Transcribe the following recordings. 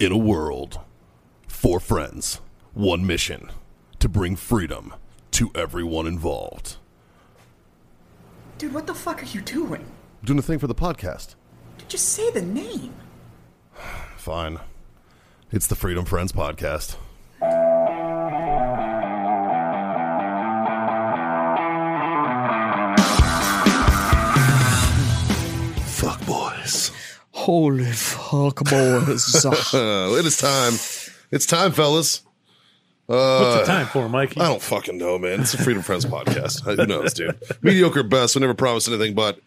In a world, four friends, one mission to bring freedom to everyone involved. Dude, what the fuck are you doing? Doing a thing for the podcast. Dude, just say the name. Fine. It's the Freedom Friends podcast. Fuck boys. Holy fuck, boys. Uh, it is time. It's time, fellas. What's Uh, the time for, Mikey? I don't fucking know, man. It's a Freedom Friends podcast. Who knows, dude? Mediocre best. We never promise anything, but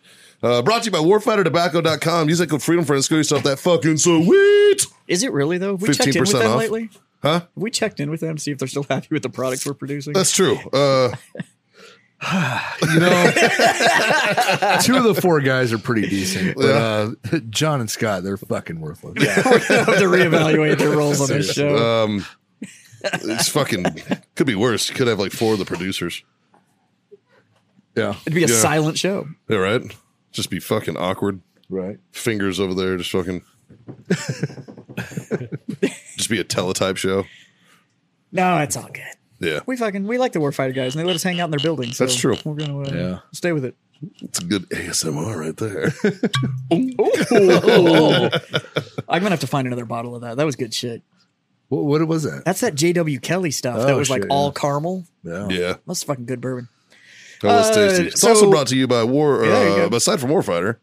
uh, brought to you by warfightertobacco.com. Use that code Freedom Friends. Go yourself that fucking sweet. Is it really, though? We checked in 15% with them off. lately? Huh? We checked in with them to see if they're still happy with the products we're producing. That's true. Uh, You know, two of the four guys are pretty decent, but uh, John and Scott, they're fucking worthless. Yeah. They have to reevaluate their roles on Uh, this show. it's fucking could be worse. You could have like four of the producers. Yeah. It'd be a yeah. silent show. Yeah, right? Just be fucking awkward. Right. Fingers over there, just fucking. just be a teletype show. No, it's all good. Yeah. We fucking we like the warfighter guys, and they let us hang out in their building. So That's true. We're gonna uh, Yeah. stay with it. It's a good ASMR right there. I'm gonna have to find another bottle of that. That was good shit. What, what was that? That's that J.W. Kelly stuff. Oh, that was like shit, all yeah. caramel. Yeah. yeah. That's fucking good bourbon. That Uh, was Oh, tasty. It's so- also brought to you by War. Yeah, there you Uh, go. aside from Warfighter,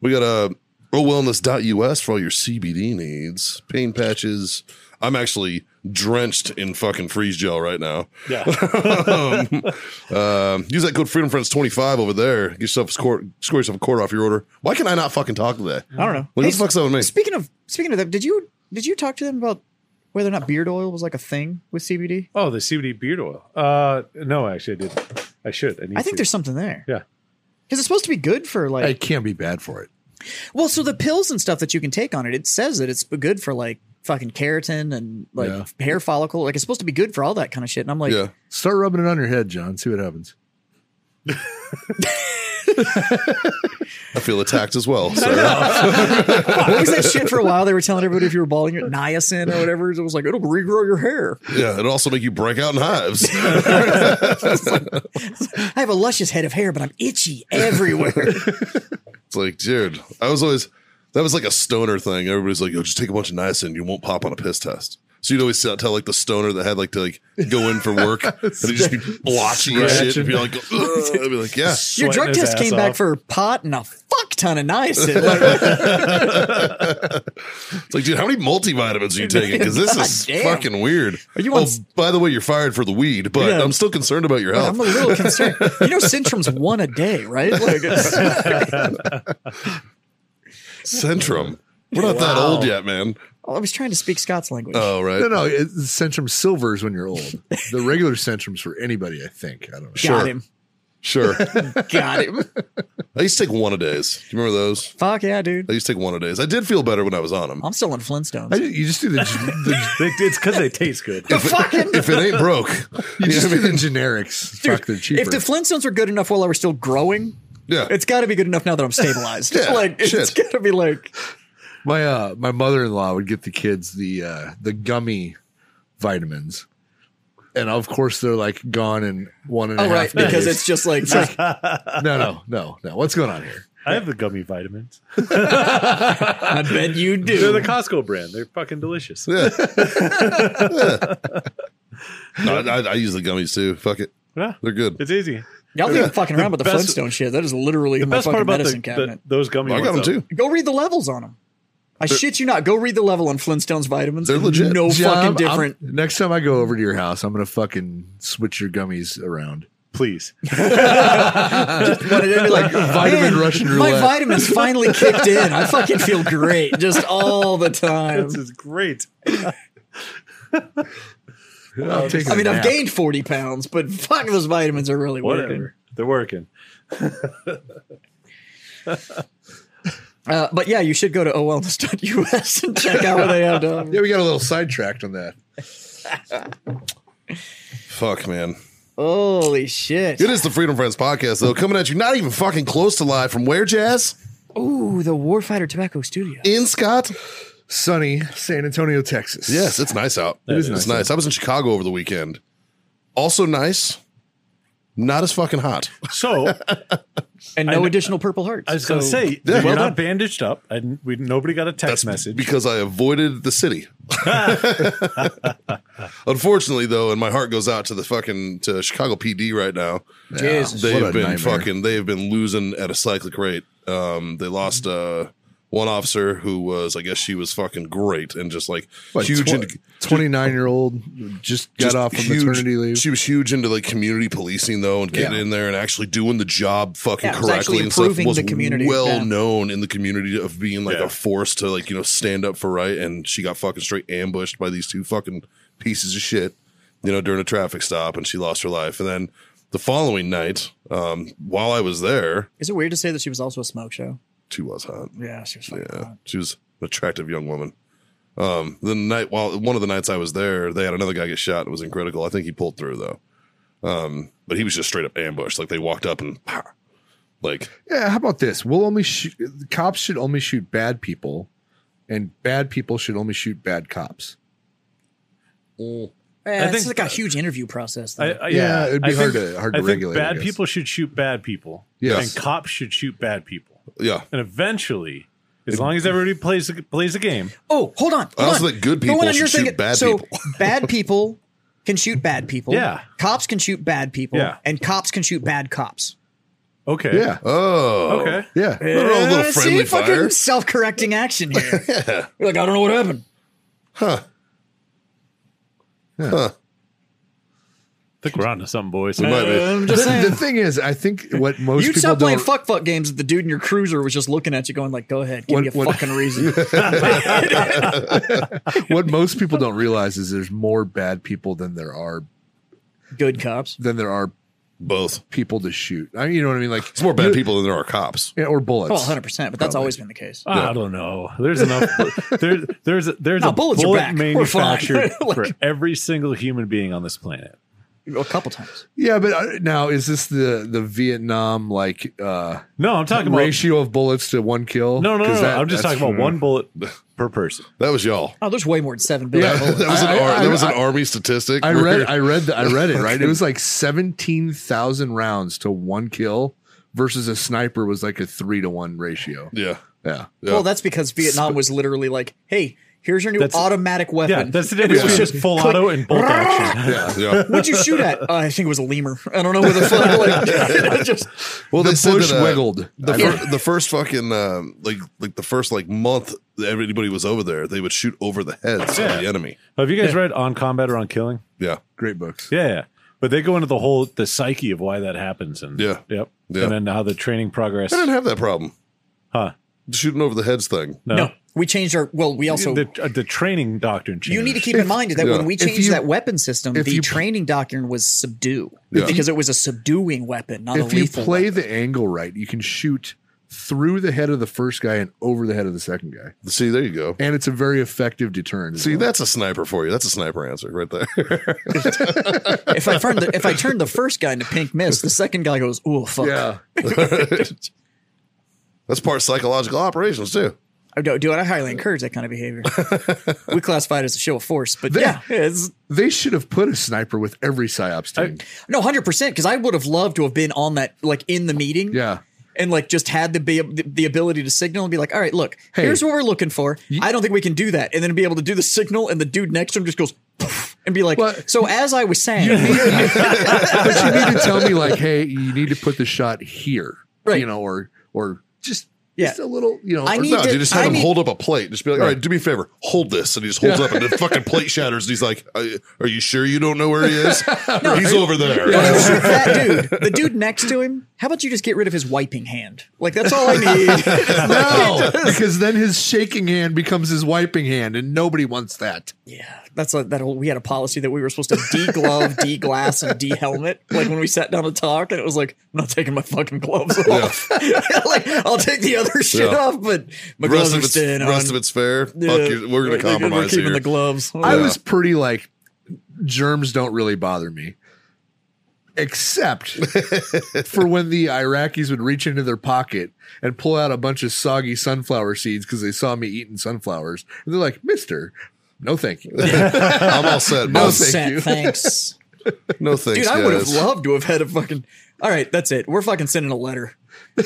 we got a uh, owellness.us for all your CBD needs, pain patches. I'm actually drenched in fucking freeze gel right now. yeah. Um, use that code Freedom Friends 25 over there. Get yourself a score, score yourself a quarter off your order. Why can I not fucking talk today? I don't know. What Hey, the fuck's up with me? Speaking of speaking of that, did you did you talk to them about whether or not beard oil was like a thing with CBD? Oh, the CBD beard oil. Uh, no, actually, I didn't. I should. I need. I think to. there's something there. Yeah. Because it's supposed to be good for like It can't be bad for it. well, so the pills and stuff that you can take on it, it says that it's good for like fucking keratin and like Yeah. hair follicle. Like it's supposed to be good for all that kind of shit. And I'm like, yeah. Start rubbing it on your head, John. See what happens. I feel attacked as well. So. what was that shit for a while? They were telling everybody if you were balding it niacin or whatever, it was like it'll regrow your hair. yeah. It'll also make you break out in hives. I have a luscious head of hair, but I'm itchy everywhere. It's like, dude, I was always that was like a stoner thing. Everybody's like, yo, just take a bunch of niacin, you won't pop on a piss test. So you'd always tell tell, like the stoner that had like to like go in for work and he'd just be blotchy and shit and be like, "Ugh," I'd be like, yeah, Your Sweating drug his test ass came back off. for pot and a fuck ton of uh, niacin. Like, it's like, dude, how many multivitamins are you taking? Because this is God damn. fucking weird. Are you oh, on s- by the way, you're fired for the weed, but Yeah. I'm still concerned about your health. I'm a little concerned. You know, Centrum's one a day, right? Like, it's- Centrum, we're not that old yet, man. Oh, I was trying to speak Scott's language. Oh right, No, no. It, Centrum Silver is when you're old. The regular Centrum's for anybody, I think. I don't know. Got sure. him. sure. Got him. I used to take one a days. Do you remember those? Fuck yeah, dude. I used to take one a days. I did feel better when I was on them. I'm still on I, Flintstones. you just do the, the, They, it's because they taste good. if it ain't broke, you you know just what I do the mean? generics. Dude, Fuck, they're cheaper. if the Flintstones were good enough while I was still growing, yeah, it's got to be good enough now that I'm stabilized. Yeah, like it's shit. got to be like My uh my mother in law would get the kids the uh the gummy vitamins. And of course they're like gone in one and a oh half right because days. it's just like no Oh. no no no. What's going on here? I have the gummy vitamins. I bet you They're do. the Costco brand. They're fucking delicious. yeah. Yeah. No, I, I- I use the gummies too. Fuck it, Yeah. they're good. It's easy. Y'all leave fucking around with the best- Flintstone shit. That is literally in my Best fucking part about the, medicine the, cabinet. those gummy. I got them ones, too. Go read the levels on them. I shit you not. Go read the level on Flintstones vitamins. They're legit. No John, fucking I'm- different. next time I go over to your house, I'm gonna fucking switch your gummies around. though. Please. But it'd be like Vitamin "Man, Russian My roulette." vitamins finally kicked in. I fucking feel great just all the time. This is great. I'm taking Oh, I mean, a I've nap. gained forty pounds, but fuck, those vitamins are really working. Whatever. They're working. Uh, but yeah, you should go to owellness.us and check out what they have. To Yeah, we got a little sidetracked on that. Fuck, man. Holy shit! It is the Freedom Friends podcast, though, coming at you not even fucking close to live from where, Jazz? Ooh, the Warfighter Tobacco Studio. In Scott? sunny San Antonio, Texas. Yes, it's nice out. It is it's nice out. nice. I was in Chicago over the weekend. Also nice. Not as fucking hot. So and no additional Purple Hearts. I was going to So- say, Yeah, you're well done. not bandaged up. And we nobody got a text message. because I avoided the city. Unfortunately, though, and my heart goes out to the fucking to Chicago PD right now. Jesus. They've What a been nightmare. fucking. They have been losing at a cyclic rate. Um, they lost uh, one officer who was, I guess, she was fucking great and just like What, huge. tw- into, 29 year old just got just off of huge- maternity leave. She was huge into like community policing though, and getting Yeah. in there and actually doing the job fucking Yeah, it was correctly actually and stuff. improving Was the community, well yeah. known in the community of being like Yeah. a force to like you know stand up for right. And she got fucking straight ambushed by these two fucking pieces of shit, you know, during a traffic stop, and she lost her life. And then the following night, um, while I was there, Is it weird to say that she was also a smoke show? she was hot. Yeah, she was. fucking Yeah, hot. she was an attractive young woman. Um, the night while one of the nights I was there, they had another guy get shot. It was in critical. I think he pulled through though. Um, but he was just straight up ambushed. Like they walked up and pow. like Yeah, how about this? We'll only shoot, cops should only shoot bad people, and bad people should only shoot bad cops. Mm. Yeah, it's think- like a huge interview process. though. I, I, Yeah, it'd be I hard think- to- hard I to think regulate, I Bad guess. people should shoot bad people. Yes. and cops should shoot bad people. yeah. And eventually, as long as everybody plays the- plays the game, oh, hold on. I hold also on. think good The one people on your should shoot thing- bad so people. bad people can shoot bad people. Yeah. Cops can shoot bad people. Yeah. And cops can shoot bad cops. okay, Yeah. Oh, okay, Yeah. They're all a little Uh, friendly see, fire. fucking self-correcting action here. You're like, I don't know what happened. I think we're on to something, boys. We might be. I'm The, just the saying. thing is, I think what most You'd people stop playing don't. fuck fuck games if the dude in your cruiser was just looking at you going like, go ahead, give What- me a what- fucking reason. what most people don't realize is there's more bad people than there are Good cops. than there are Both. people to shoot. I mean, you know what I mean? Like It's more bad people than there are cops. yeah, or Oh, bullets. Well, 100%, but that's always been the case. I don't know. There's enough. There's there's a, there's No, a bullets are bullet back. We're fine. manufactured Like- for every single human being on this planet. A couple times. Yeah, but uh, now is this the the Vietnam like uh No, I'm talking about ratio of bullets to one kill? no, no, no. 'Cause no. that- I'm just that's- talking about one bullet per person. That was y'all. Oh, there's way more than 7 billion Yeah. bullets. That was an, Oh, I- ar- I- that was an I- army statistic. I where- read I read the, I read it right. It was like seventeen thousand rounds to one kill versus a sniper was like a three to one ratio. yeah. Yeah. yeah. Well, that's because Vietnam was literally like, hey, here's your new That's- automatic weapon. Yeah, that's the difference It was between just full click. auto and bolt action. yeah. yeah. What'd you shoot at? Uh, I think it was a lemur. I don't know where the fuck. Like, just, Well, The they said bush that, uh, wiggled. The, I fir- the first fucking um, like like the first like month that everybody was over there, they would shoot over the heads of the enemy. Have you guys read On Combat or On Killing? Yeah, Great books. Yeah, yeah. But they go into the whole the psyche of why that happens and Yeah. yep, Yeah. and then how the training progress. I didn't have that problem. Huh? The shooting over the heads thing. No. no, we changed our. Well, we also. the, uh, the training doctrine changed. you need to keep in mind that yeah. when we If changed you- that weapon system, if the you- training doctrine was subdue Yeah. because it was a subduing weapon, not a If you lethal. play weapon. the angle right, you can shoot through the head of the first guy and over the head of the second guy. See, there you go. And it's a very effective deterrent. as See, well. that's a sniper for you. That's a sniper answer right there. if I turned the if I turned the first guy into pink mist, the second guy goes, "Oh fuck." yeah. That's part of psychological operations too. I don't do it. I highly encourage that kind of behavior. we classify it as a show of force, but They- yeah, it's They should have put a sniper with every psyops team. No, hundred percent. Because I would have loved to have been on that, like in the meeting, yeah. and like just had the be- the, the ability to signal and be like, "All right, look, Hey. here's what we're looking for." I don't think we can do that, and then be able to do the signal, and the dude next to him just goes "Poof," and be like, Well- "So as I was saying, but you need to tell me like, hey, you need to put the shot here, Right. You know, or or just Yeah. just a little, you know. I or- need No, did- dude, just had I him mean- hold up a plate. Just be like, all right, do me a favor, hold this. And he just holds up, and the fucking plate shatters. And he's like, are you- are you sure you don't know where he is? he's over there. Don't even shoot that dude, the dude next to him. How about you just get rid of his wiping hand? Like that's all I need." no, because then his shaking hand becomes his wiping hand, and nobody wants that. yeah, that's like that. Whole, we had a policy that we were supposed to de-glove, de-glass, and de-helmet. Like when we sat down to talk, and it was like, "I'm not taking my fucking gloves off." Yeah. like I'll take the other shit Yeah. off, but my The rest gloves of are it's staying on. rest of it's fair. Yeah. Fuck you. We're gonna We're keeping- compromise We're keeping here. the gloves. I Yeah. was pretty like germs don't really bother me. except for when the Iraqis would reach into their pocket and pull out a bunch of soggy sunflower seeds because they saw me eating sunflowers. And they're like, Mister, no thank you. I'm all set. No, thank No, Oh, Set, you. thanks. no thanks, Dude, I would have guys. loved to have had a fucking. All right, that's it. We're fucking sending a letter.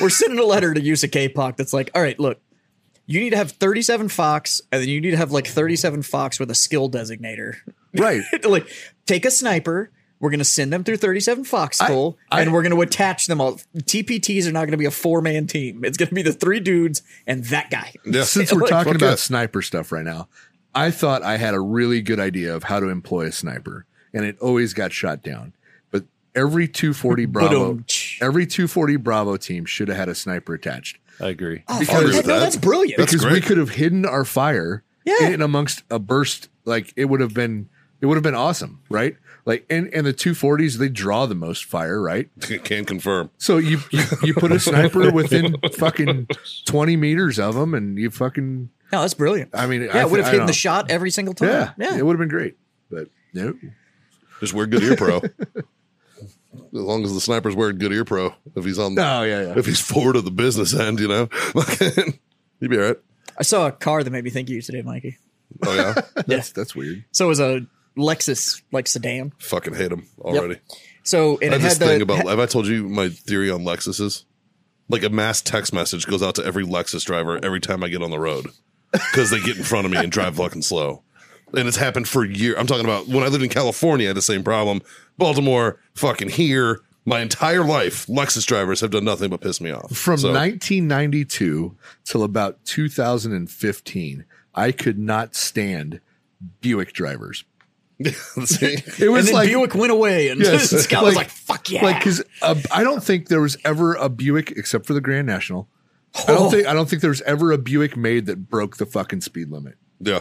We're sending a letter to use a K-pop that's like, all right, look, you need to have 37 Fox, and then you need to have like 37 Fox with a skill designator. right. like, take a sniper. We're gonna send them through 37 Fox School, I- and we're gonna attach them all. TPTs are not gonna be a four-man team. It's gonna be the three dudes and that guy. Yeah. Since we're talking fuck about yeah. sniper stuff right now, I thought I had a really good idea of how to employ a sniper, and it always got shot down. But every 240 um, Bravo, Ba-dum-tsh. every 240 Bravo team should have had a sniper attached. I agree. Oh, Because- fuck, no, that's brilliant. That's because we great. could have hidden our fire Yeah. in amongst a burst like it would have been it would have been awesome right like and and the 240s they draw the most fire right C- Can confirm. so you you, you put a sniper within fucking 20 meters of them and you fucking no, that's brilliant. i mean yeah, I it would thi- have I hidden don't the know. shot every single time. yeah, yeah. it would have been great but no Just wear good ear pro. as long as the sniper's wearing good ear pro, if he's on, no Oh, yeah yeah if he's forward of the business end, you know, you'd be all right. I saw a car that made me think of you today, Mikey. Oh yeah, that's that's weird So it was a Lexus, like sedan. fucking hate him already. So and I it had this had the thing about. ha- Have I told you my theory on Lexuses? Like a mass text message goes out to every Lexus driver every time I get on the road because they get in front of me and drive fucking slow. And it's happened for years. I'm talking about when I lived in California, I had the same problem. Baltimore, fucking here, my entire life, Lexus drivers have done nothing but piss me off. from So, 1992 till about 2015 i could not stand buick drivers see? it and was then like Buick went away, and Yes. Scott was Like- like, "Fuck yeah!" Like, because I don't think there was ever a Buick except for the Grand National. I Oh. don't think I don't think there was ever a Buick made that broke the fucking speed limit. yeah,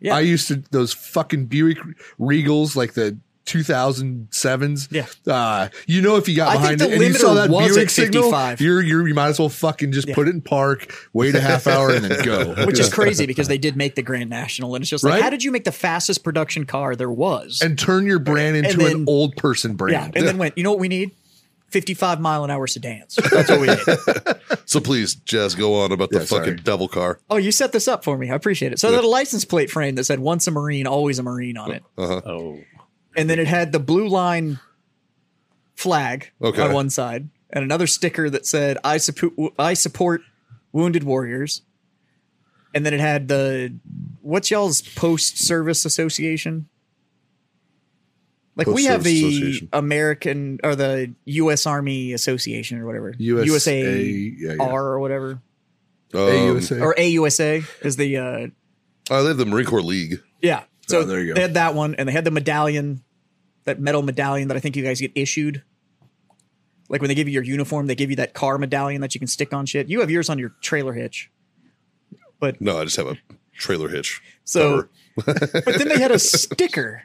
Yeah. I used to those fucking Buick Regals, like the 2007s. Yeah. uh, you know if you got I think behind the it and you limiter saw that was at Buick signal, 55. you're, you're you might as well fucking just put it in park, wait a half hour, and then go. which is crazy because they did make the Grand National, and it's just like, Right? how did you make the fastest production car there was? and turn your brand into then- an old person yeah, brand. and then went, you know what we need? Fifty-five mile an hour sedans. That's what we need. So please, Jazz, go on about the Yeah, fucking sorry. devil car. Oh, you set this up for me. I appreciate it. So they had a license plate frame that said "Once a Marine, always a Marine" on it. Oh, and then it had the blue line flag Okay. on one side and another sticker that said I support I support wounded warriors. And then it had the what's y'all's post service association? Like we have Post-Service the Association. American or the U.S. Army Association or whatever USA, USA yeah, yeah. R or whatever Um, AUSA. or AUSA is the uh, I live the Marine Corps League. yeah. So Oh, there you go. they had that one, and they had the medallion, that metal medallion that I think you guys get issued. Like when they give you your uniform, they give you that car medallion that you can stick on shit. You have yours on your trailer hitch. No, I just have a trailer hitch. So, but then they had a sticker,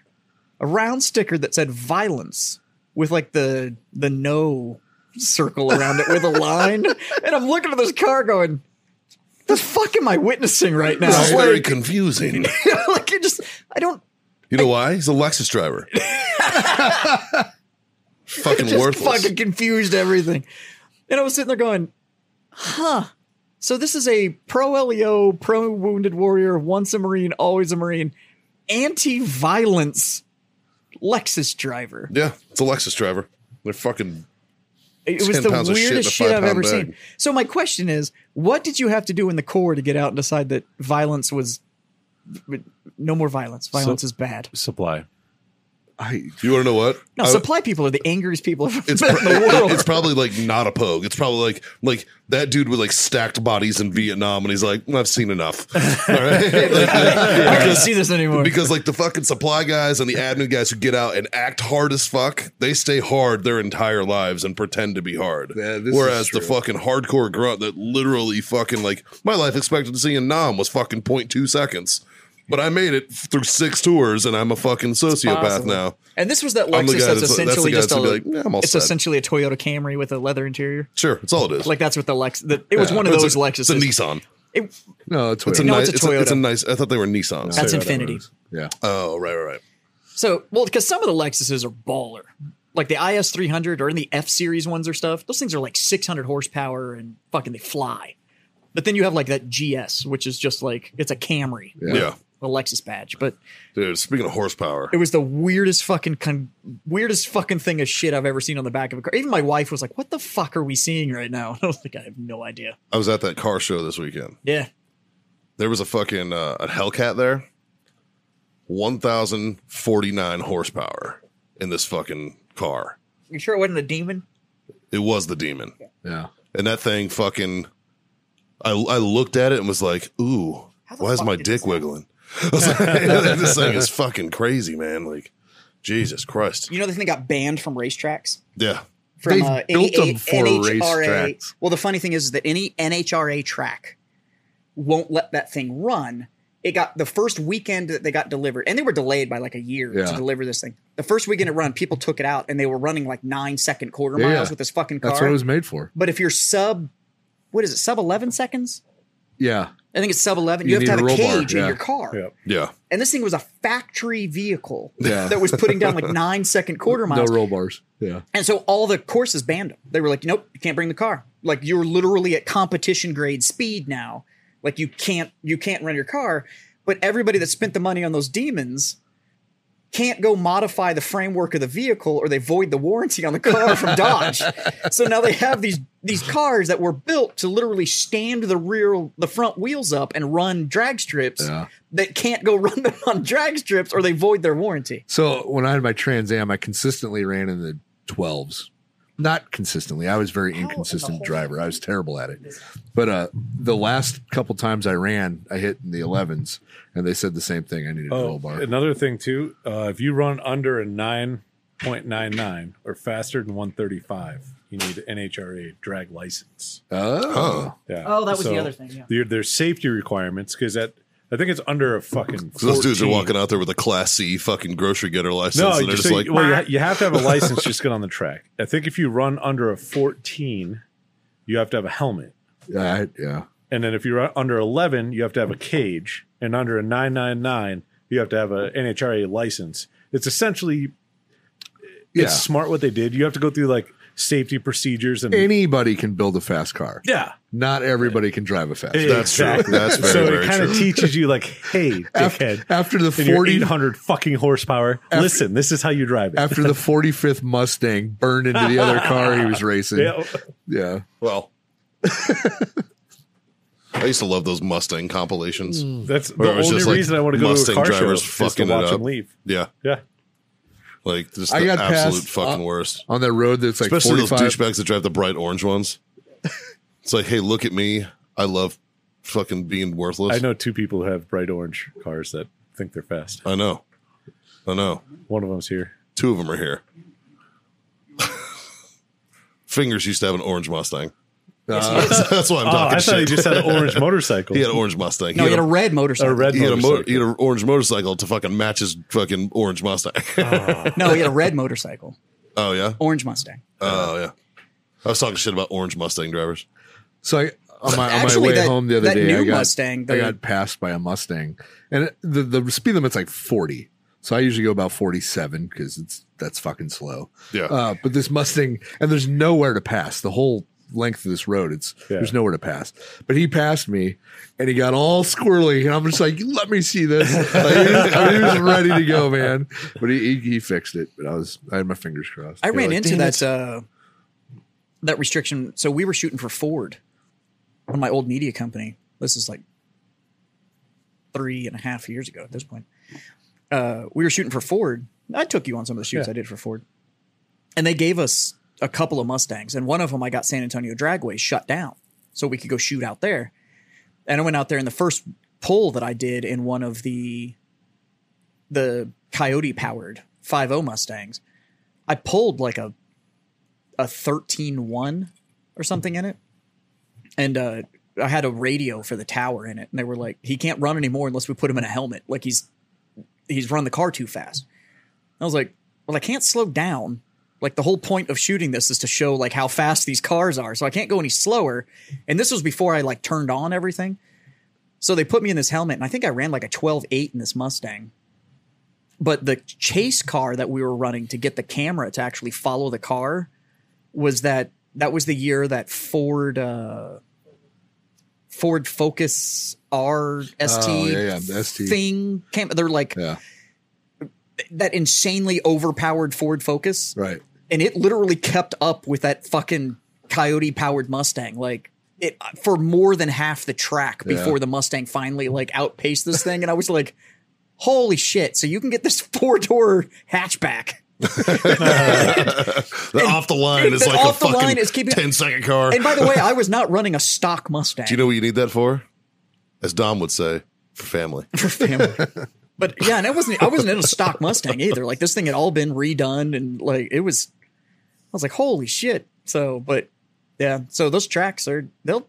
a round sticker that said "violence" with like the the no circle around it with a line, and I'm looking at this car going, "The fuck am I witnessing right now?" This is very Like, confusing. like it just, I don't You know why? He's a Lexus driver. fucking just worthless. fucking confused everything. And I was sitting there going, huh. So this is a pro LEO, pro wounded warrior, once a Marine, always a Marine, anti violence Lexus driver. yeah, it's a Lexus driver. They're fucking. It was 10 the pounds of shit in weirdest a shit, I've five-pound ever bag. seen. So my question is, what did you have to do in the Corps to get out and decide that violence was no more violence? Violence is bad. supply. I, You want to know what? No, I- supply people are the angriest people it's, in pro- the world. it's probably like not a pogue. It's probably like like that dude with like stacked bodies in Vietnam, and he's like, I've seen enough. All right? I can't see this anymore. because like the fucking supply guys and the admin guys who get out and act hard as fuck, they stay hard their entire lives and pretend to be hard. Yeah, this is Whereas the true. fucking hardcore grunt that literally fucking like my life expectancy in Nam was fucking 0.2 seconds. But I made it through six tours and I'm a fucking sociopath Possible. now. And this was that I'm the Lexus guy that's, that's- that's the essentially guy just a, that's gonna be like, "Yeah, I'm all it's set." essentially a Toyota Camry with a leather interior. Sure, it's all it is. Like that's what the Lex. The, it was one of It's those a, Lexus. It's a Nissan. no, it's, It's a, No, nice, it's a it's, a, it's a Toyota. nice. I thought they were Nissans. That's Toyota Infinity. was. yeah. oh, right, right, right. So well, because some of the Lexuses are baller. like the IS 300 or in the F series ones or stuff, those things are like 600 horsepower and fucking they fly. But then you have like that GS, which is just like it's a Camry, Yeah. a Lexus badge. But Dude, speaking of horsepower, it was the weirdest fucking con- weirdest fucking thing of shit I've ever seen on the back of a car. Even my wife was like, "What the fuck are we seeing right now?" I was like, "I have no idea." I was at that car show this weekend. Yeah, There was a fucking uh, a Hellcat there. 1049 horsepower in this fucking car. you sure it wasn't a demon? It was the demon. Yeah. And that thing fucking I I looked at it and was like, "Ooh, How the why is fuck my did this dick wiggling?" I was like, this thing is fucking crazy, man. Like Jesus Christ. You know the thing that got banned from racetracks? Yeah. From They've uh, built any them for NHRA. racetracks. Well, the funny thing is that any NHRA track won't let that thing run. It got the first weekend that they got delivered, and they were delayed by like a year to Yeah. deliver this thing. The first weekend it run, people took it out, and they were running like nine second quarter Yeah, miles yeah. with this fucking car. That's what it was made for. But if you're sub, what is it, sub 11 seconds? Yeah. I think it's sub 11. You, You have to have a, need a roll bar, cage in yeah. your car. Yep. Yeah. And this thing was a factory vehicle Yeah. that was putting down like nine second quarter No miles. roll bars. Yeah. And so all the courses banned them. They were like, nope, you can't bring the car. Like you're literally at competition grade speed now. Like you can't you can't run your car. But everybody that spent the money on those demons can't go modify the framework of the vehicle or they void the warranty on the car from Dodge. so now they have these these cars that were built to literally stand the rear the front wheels up and run drag strips Yeah. that can't go run them on drag strips or they void their warranty. So when I had my Trans Am, I consistently ran in the 12s. Not consistently. I was a very inconsistent driver. I was terrible at it. But uh, the last couple times I ran, I hit in the 11s, and they said the same thing. I needed a roll Oh, bar. another thing too. Uh, if you run under a nine point nine nine or faster than one thirty five, you need an NHRA drag license. Oh, Yeah. Oh, that was the other thing, yeah. There, there's safety requirements because that I think it's under a fucking. 'Cause those dudes are 14. walking out there with a class C fucking grocery getter license No, and you they're just so- like, well, you, ha- you have to have a license just to get on the track. I think if you run under a fourteen, you have to have a helmet. yeah, I- yeah. And then if you're u- under 11, you have to have a cage. And under a 999, you have to have a NHRA license. It's essentially Yeah. it's smart what they did. You have to go through like safety procedures and Anybody can build a fast car. yeah. Not everybody can drive a fast car. That's true. That's very, so very it kind of true. teaches you like, hey, Af- dickhead, After the in your 40, 800 fucking horsepower, listen, this is how you drive it. after the 45th Mustang burned into the other car he was racing. yeah. oh, yeah. well. "Ah." I used to love those Mustang compilations. That's the Where it was only just, like, reason I want to go Mustang to a car show drivers is fucking it to watch up. them leave. Yeah. Yeah. Like just I the got past- absolute fucking uh, worst. On that road that's like Especially those 45. douchebags that drive the bright orange ones. It's like, hey, look at me. I love fucking being worthless. I know two people who have bright orange cars that think they're fast. I know. I know. One of them's here. Two of them are here. Fingers used to have an orange Mustang. Uh, That's why I'm Oh, talking I thought shit. he just had an orange motorcycle. He had an orange Mustang. No, you he had had a a, red motorcycle. a red he had a motorcycle. mo- he had an orange motorcycle to fucking match his fucking orange Mustang. no, you had a red motorcycle, oh yeah. orange Mustang. Oh yeah. I was talking shit about orange Mustang drivers. So I, on my, on my Actually, way that- home the other that day, I new got, Mustang, I the- got passed by a Mustang, and it- the the speed limit's like forty. So I usually go about forty seven because it's that's fucking slow. Yeah. Uh, but this Mustang, and there's nowhere to pass. The whole length of this road, it's Yeah. there's nowhere to pass. But he passed me, and he got all squirrely, and I'm just like, "Let me see this." Like, he, was, I mean, he was ready to go, man. But he, he he fixed it. But I was I had my fingers crossed. I They were ran like, into "Damn that it." uh, that restriction. So we were shooting for Ford on my old media company. This is like three and a half years ago at this point. Uh, we were shooting for Ford. I took you on some of the shoots I did for Ford, and they gave us a couple of Mustangs, and one of them I got San Antonio Dragway shut down, so we could go shoot out there. And I went out there, and the first pull that I did in one of the the Coyote powered 5.0 Mustangs, I pulled like a a 13-1 or something in it. And uh I had a radio for the tower in it and they were like he can't run anymore unless we put him in a helmet like he's he's run the car too fast. I was like, well I can't slow down. Like the whole point of shooting this is to show like how fast these cars are. So I can't go any slower. And this was before I like turned on everything. So they put me in this helmet and I think I ran like a 12-8 in this Mustang but the chase car that we were running to get the camera to actually follow the car was that that was the year that Ford uh, Ford Focus R ST Oh, yeah, yeah, the ST. thing came. They're like Yeah. that insanely overpowered Ford Focus, Right. and it literally kept up with that fucking coyote powered Mustang like it for more than half the track before the Mustang finally like outpaced this thing and I was like holy shit so you can get this four door hatchback The off the line is the like a off the fucking line is keeping- 10 second car. and by the way I was not running a stock Mustang Do you know what you need that for? As Dom would say, for family. for family but yeah and I wasn't I wasn't in a stock Mustang either like this thing had all been redone and like it was I was like holy shit so but yeah so those tracks are they'll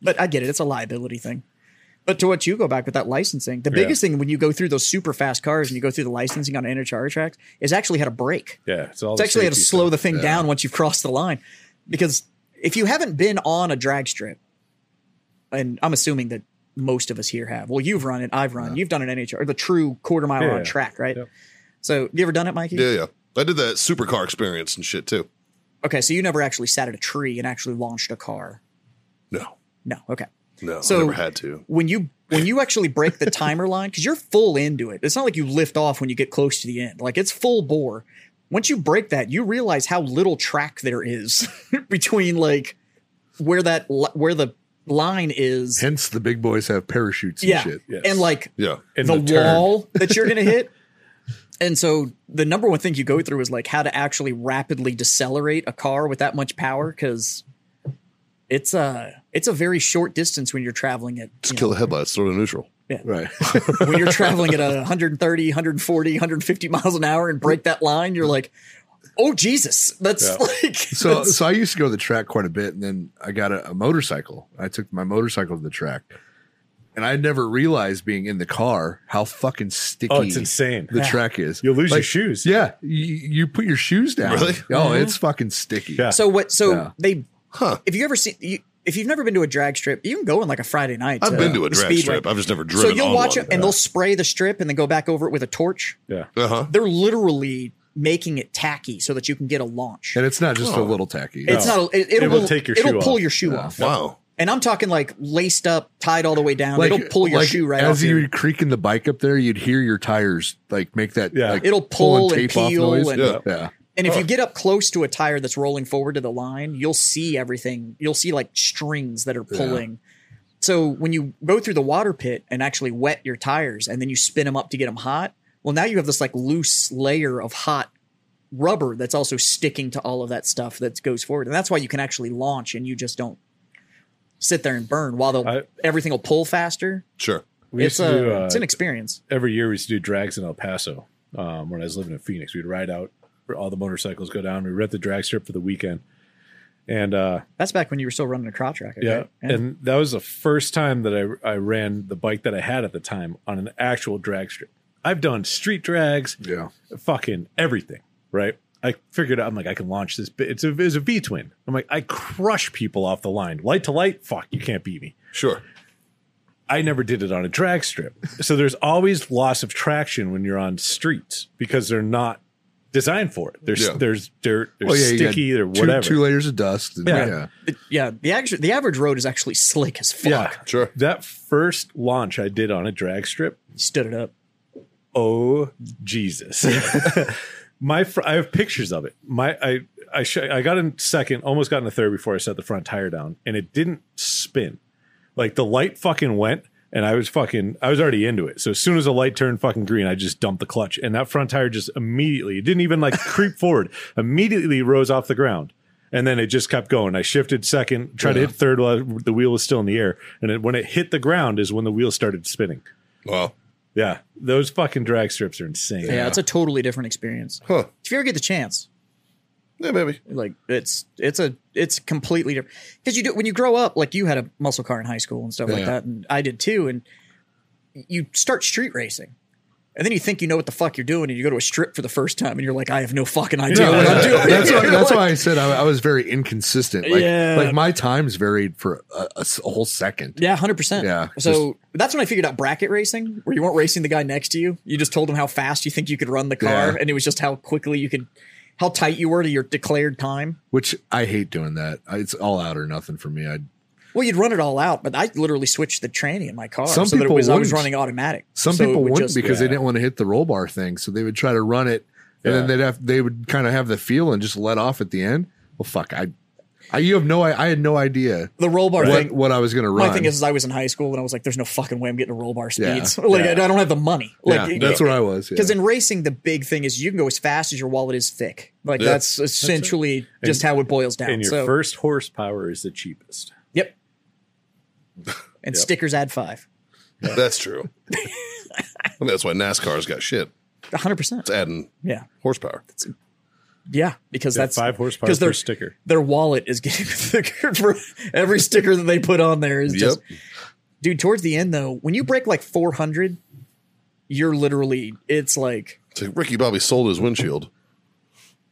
but I get it it's a liability thing But to what you go back with that licensing, the Yeah. biggest thing when you go through those super fast cars and you go through the licensing on an intercharge track is actually how to brake. Yeah, it's all. It's actually how to slow the thing Yeah. down once you've crossed the line. Because if you haven't been on a drag strip, and I'm assuming that most of us here have. Well, you've run it, I've run, you've done an NHR, the true quarter mile Yeah, on yeah. track, right? Yep. So you ever done it, Mikey? Yeah, yeah. I did that supercar experience and shit too. Okay, so you never actually sat at a tree and actually launched a car. No, No, okay. no. So- I never had to. when you when you actually break the timer line because you're full into it it's not like you lift off when you get close to the end like it's full bore once you break that you realize how little track there is between like where that li- where the line is Hence the big boys have parachutes and yeah shit. yes. and like Yeah. in the, turn. wall that you're gonna hit and so the number one thing you go through is like how to actually rapidly decelerate a car with that much power because it's a it's a very short distance when you're traveling at Just you know, kill the headlights, throw it in neutral. Right. when you're traveling at a 130, 140, 150 miles an hour and break that line, you're like, oh Jesus, that's Yeah. like So that's- so I used to go to the track quite a bit, and then I got a, a motorcycle. I took my motorcycle to the track, and I never realized being in the car how fucking sticky oh, it's insane. the track is. You'll lose your Like, shoes. Yeah, you, you put your shoes down. Really? Oh, Mm-hmm. it's fucking sticky. Yeah. so what? So Yeah. they, Huh. if you ever see, you, if you've never been to a drag strip, you can go on like a Friday night. I've been to a the drag speedway. strip. I've just never So driven. you'll on watch one. it, and they'll spray the strip and then go back over it with a torch. Yeah. Uh huh. They're literally making it tacky so that you can get a launch. and it's not just Oh. a little tacky. It's No. not. A, it, it'll, It will take your It'll shoe pull off. your shoe off. Wow. And I'm talking like laced up, tied all the way down. it'll pull your like, shoe right as off. you your- were creaking the bike up there. You'd hear your tires like make that. Yeah. like, It'll pull and tape off peel noise. and- yeah. Yeah. yeah. And if you get up close to a tire that's rolling forward to the line, you'll see everything. You'll see like strings that are pulling. So when you go through the water pit and actually wet your tires and then you spin them up to get them hot, well, now you have this like loose layer of hot rubber that's also sticking to all of that stuff that goes forward. And that's why you can actually launch and you just don't sit there and burn while they'll, I- everything will pull faster. Sure. We it's, used to a, do, uh, it's an experience. every year we used to do drags in El Paso um, when I was living in Phoenix. We'd ride out, all the motorcycles go down. We rent the drag strip for the weekend. And uh, That's back when you were still running a crotch racket. yeah, right? and that was the first time that I, I ran the bike that I had at the time on an actual drag strip. I've done street drags, Yeah. fucking everything, right? I figured out, I'm like, I can launch this. bi- It's a, it's a V twin. I'm like, I crush people off the line. Light to light, fuck, you can't beat me. Sure. I never did it on a drag strip. So there's always loss of traction when you're on streets because they're not designed for it. There's Yeah. there's dirt, there's Well, Oh, yeah, you got sticky, they're two- whatever. Two, layers of dust. And, Yeah. yeah. yeah, the actual the average road is actually slick as fuck. yeah. Sure. That first launch I did on a drag strip, Stood it up. oh Jesus. My fr- I have pictures of it. My I I sh- I got in second, almost got in the third before I set the front tire down and it didn't spin. Like the light fucking went and I was fucking I was already into it. So as soon as the light turned fucking green, I just dumped the clutch and that front tire just immediately it didn't even like creep forward. Immediately rose off the ground. And then it just kept going. I shifted second, tried to hit third while the wheel was still in the air. And it, when it hit the ground is when the wheel started spinning. Wow. Yeah, those fucking drag strips are insane. Yeah. it's a totally different experience. Huh. If you ever get the chance, Yeah, maybe. like it's it's a it's completely different because you do when you grow up. Like you had a muscle car in high school and stuff like Yeah. that, and I did too. And you start street racing, And then you think you know what the fuck you're doing, and you go to a strip for the first time, and you're like, I have no fucking idea what I'm doing. that's why, You're that's like- why I said I, I was very inconsistent. Like, Yeah. like my times varied for a, a s- a whole second. Yeah, hundred percent. Yeah, So that's when I figured out bracket racing, where you weren't racing the guy next to you. You just told him how fast you think you could run the car, Yeah. and it was just how quickly you could, how tight you were to your declared time. Which I hate doing that. I- It's all out or nothing for me. I Well, you'd run it all out, but I literally switched the tranny in my car Some so that it people was I was wouldn't. running automatic. some So it people would wouldn't just- because they yeah. didn't want to hit the roll bar thing, so they would try to run it, and then Yeah. they'd have they would kind of have the feel and just let off at the end. Well, fuck, I, I you have no, I, I had no idea the roll bar what, thing. what I was gonna My run. thing is, is I was in high school and I was like, "There's no fucking way I'm getting a roll bar Yeah. speeds. like I I don't have the money. Like yeah, that's where I was. Because yeah. in racing, the big thing is you can go as fast as your wallet is thick. Like Yeah. that's essentially just how it boils down. and your so first horsepower is the cheapest. yep. And stickers add five. That's true. I think that's why NASCAR's got shit. A hundred percent. It's adding Yeah. horsepower. Yeah. Because That that's five horsepower because per their sticker. their wallet is getting thicker for every sticker that they put on there is just dude, towards the end though, when you break like four hundred, you're literally it's like It's like Ricky Bobby sold his windshield.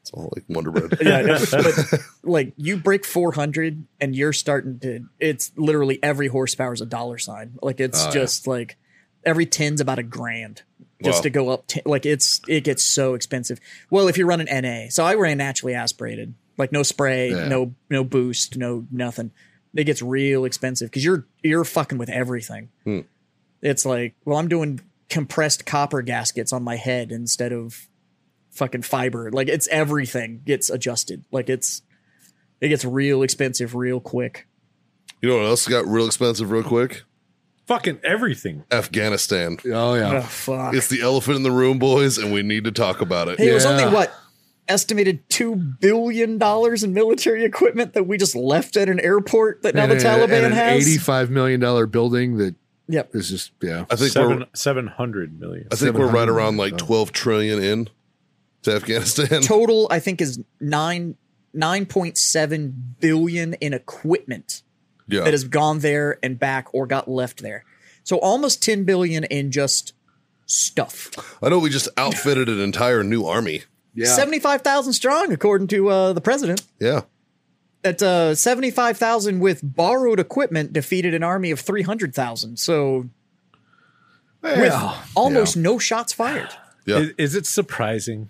It's all like Wonder Bread. yeah, I know. but like you break 400 and you're starting to it's literally every horsepower is a dollar sign like Oh, it's just like every 10's about a grand just Wow. to go up 10, like it's it gets so expensive well if you run an na so i ran naturally aspirated like no spray Yeah. no no boost no nothing it gets real expensive because you're you're fucking with everything it's like well i'm doing compressed copper gaskets on my head instead of fucking fiber. Like it's everything gets adjusted. Like it's it gets real expensive real quick. You know what else got real expensive real quick? Fucking everything. Afghanistan. oh yeah, Oh, fuck. It's the elephant in the room, boys, and we need to talk about it. Hey, it was only yeah. what estimated two billion dollars in military equipment that we just left at an airport that now And the a- and Taliban an has. eighty-five million dollar building that yep. is just yeah. I think Seven we're seven hundred million. I think we're right 700 around like twelve trillion in to Afghanistan. Total I think is nine nine point seven billion in equipment yeah. Oh. that has gone there and back or got left there. So almost ten billion in just stuff. I know we just outfitted an entire new army. Yeah. 75,000 strong, according to uh, the president. Yeah. That uh, 75,000 with borrowed equipment defeated an army of 300,000. So with almost no shots fired. Yeah. Is, is it surprising?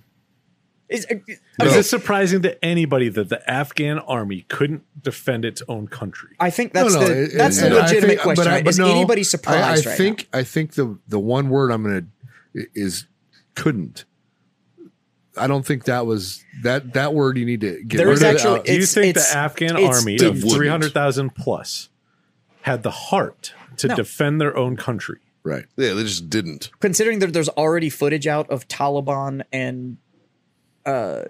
Is, uh, No. Is it surprising to anybody that the Afghan army couldn't defend its own country? I think that's No, no, the it- that's it- the and I legitimate think- question. but I- right? but Is no, anybody I- surprised I, right think I think the the one word I'm gonna i- is couldn't. I don't think that was that that word you need to get There rid is of. Uh, it actually- out. Do you It's- think the it's- Afghan it's army of didn't. 300,000 plus had the heart to No. defend their own country? right. Yeah, they just didn't. now? Considering that there's already footage out of Taliban and uh,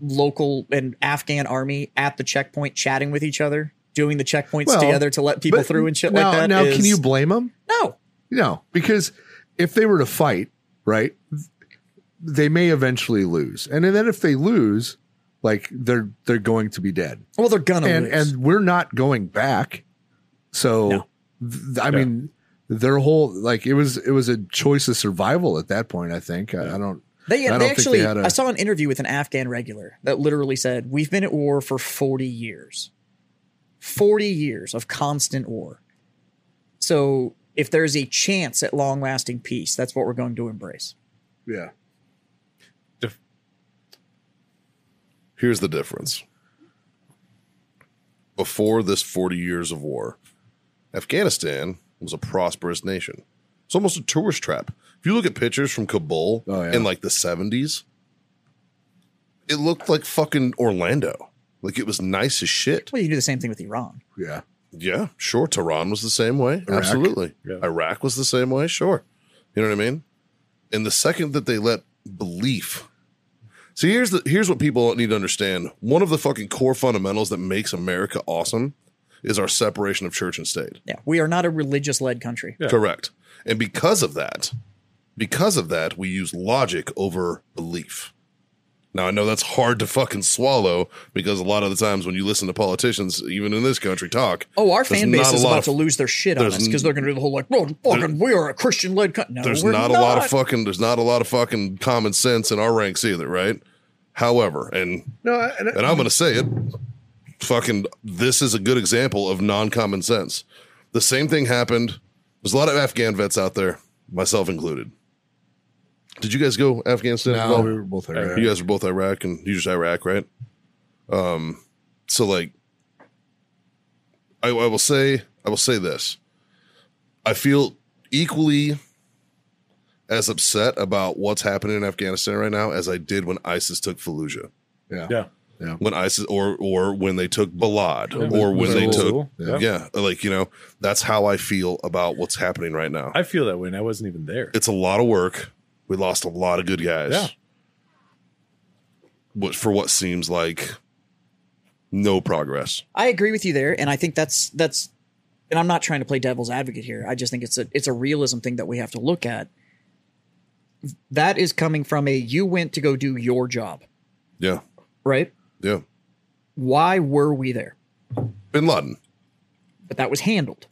local and Afghan army at the checkpoint chatting with each other, doing the checkpoints Well, together to let people But through and shit now, like that. Now, can is- you blame them? No. No, because if they were to fight, right, they may eventually lose, and then if they lose, like they're they're going to be dead. Well, they're gonna and lose. and we're not going back. So No. th- I mean, their whole like it was it was a choice of survival at that point. I think I, I don't. They, I don't they think they actually, I had a- saw an interview with an Afghan regular that literally said, We've been at war for 40 years. 40 years of constant war. So if there's a chance at long lasting peace, that's what we're going to embrace. Yeah. Here's the difference. Before this 40 years of war, Afghanistan was a prosperous nation. It's almost a tourist trap. If you look at pictures from Kabul Oh, yeah. in like the 70s, it looked like fucking Orlando. Like it was nice as shit. Well, you do the same thing with Iran. Yeah. Yeah, sure. Tehran was the same way. Absolutely. Yeah. Iraq was the same way. Sure. You know what I mean? And the second that they let belief. See, here's the here's what people need to understand. One of the fucking core fundamentals that makes America awesome is our separation of church and state. Yeah. We are not a religious led country. Yeah. Correct. And because of that, because of that, we use logic over belief. Now I know that's hard to fucking swallow because a lot of the times when you listen to politicians, even in this country, talk. Oh, our there's fan base not a is lot about of- to lose their shit on there's us because n- they're going to do the whole like, well, fucking, we are a Christian led country. No, there's we're not a lot of fucking there's not a lot of fucking common sense in our ranks either, right? However, and No, I- and I- and I'm going to say it. Fucking, this is a good example of non common sense. The same thing happened. There's a lot of Afghan vets out there, myself included. Did you guys go Afghanistan? at No, uh, all? we were both Iraq. You guys were both Iraq and you just Iraq, right? Um, so like, I, I will say, I will say this. I feel equally as upset about what's happening in Afghanistan right now as I did when ISIS took Fallujah Yeah. yeah. when ISIS or or when they took Balad or when Mosul. they took Mosul, yeah. yeah. like you know that's how I feel about what's happening right now. I feel that way, and I wasn't even there. it's a lot of work. We lost a lot of good guys. Yeah. What for what seems like no progress. I agree with you there, and I think that's that's, and I'm not trying to play devil's advocate here. I just think it's a it's a realism thing that we have to look at. That is coming from a you went to go do your job, Yeah. right? Yeah. Why were we there? Bin Laden. But that was handled.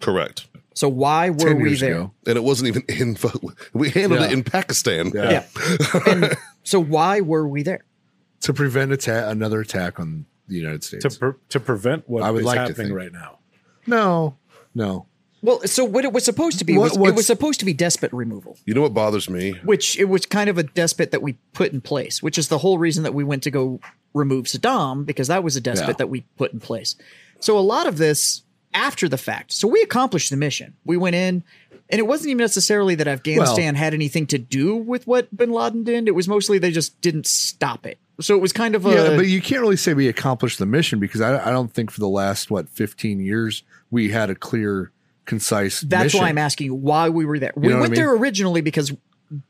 Correct. So why were 10 we years there? ago. And it wasn't even in fu- we handled it Yeah. in Pakistan. Yeah. Yeah. and so why were we there? To prevent atta- another attack on the United States. To pre- to prevent what is I would like to happening think. right now. no. No. Well, so what it was supposed to be What- was it what's- was supposed to be despot removal, You know what bothers me? which it was kind of a despot that we put in place, which is the whole reason that we went to go remove Saddam because that was a despot Yeah. that we put in place. So a lot of this after the fact. So we accomplished the mission. We went in and it wasn't even necessarily that Afghanistan had anything to do with what bin Laden did. It was mostly they just didn't stop it. So it was kind of a yeah, but you can't really say we accomplished the mission because I, I don't think for the last what 15 years we had a clear, concise. That's mission. why I'm asking you why we were there. We know what went I mean? there originally because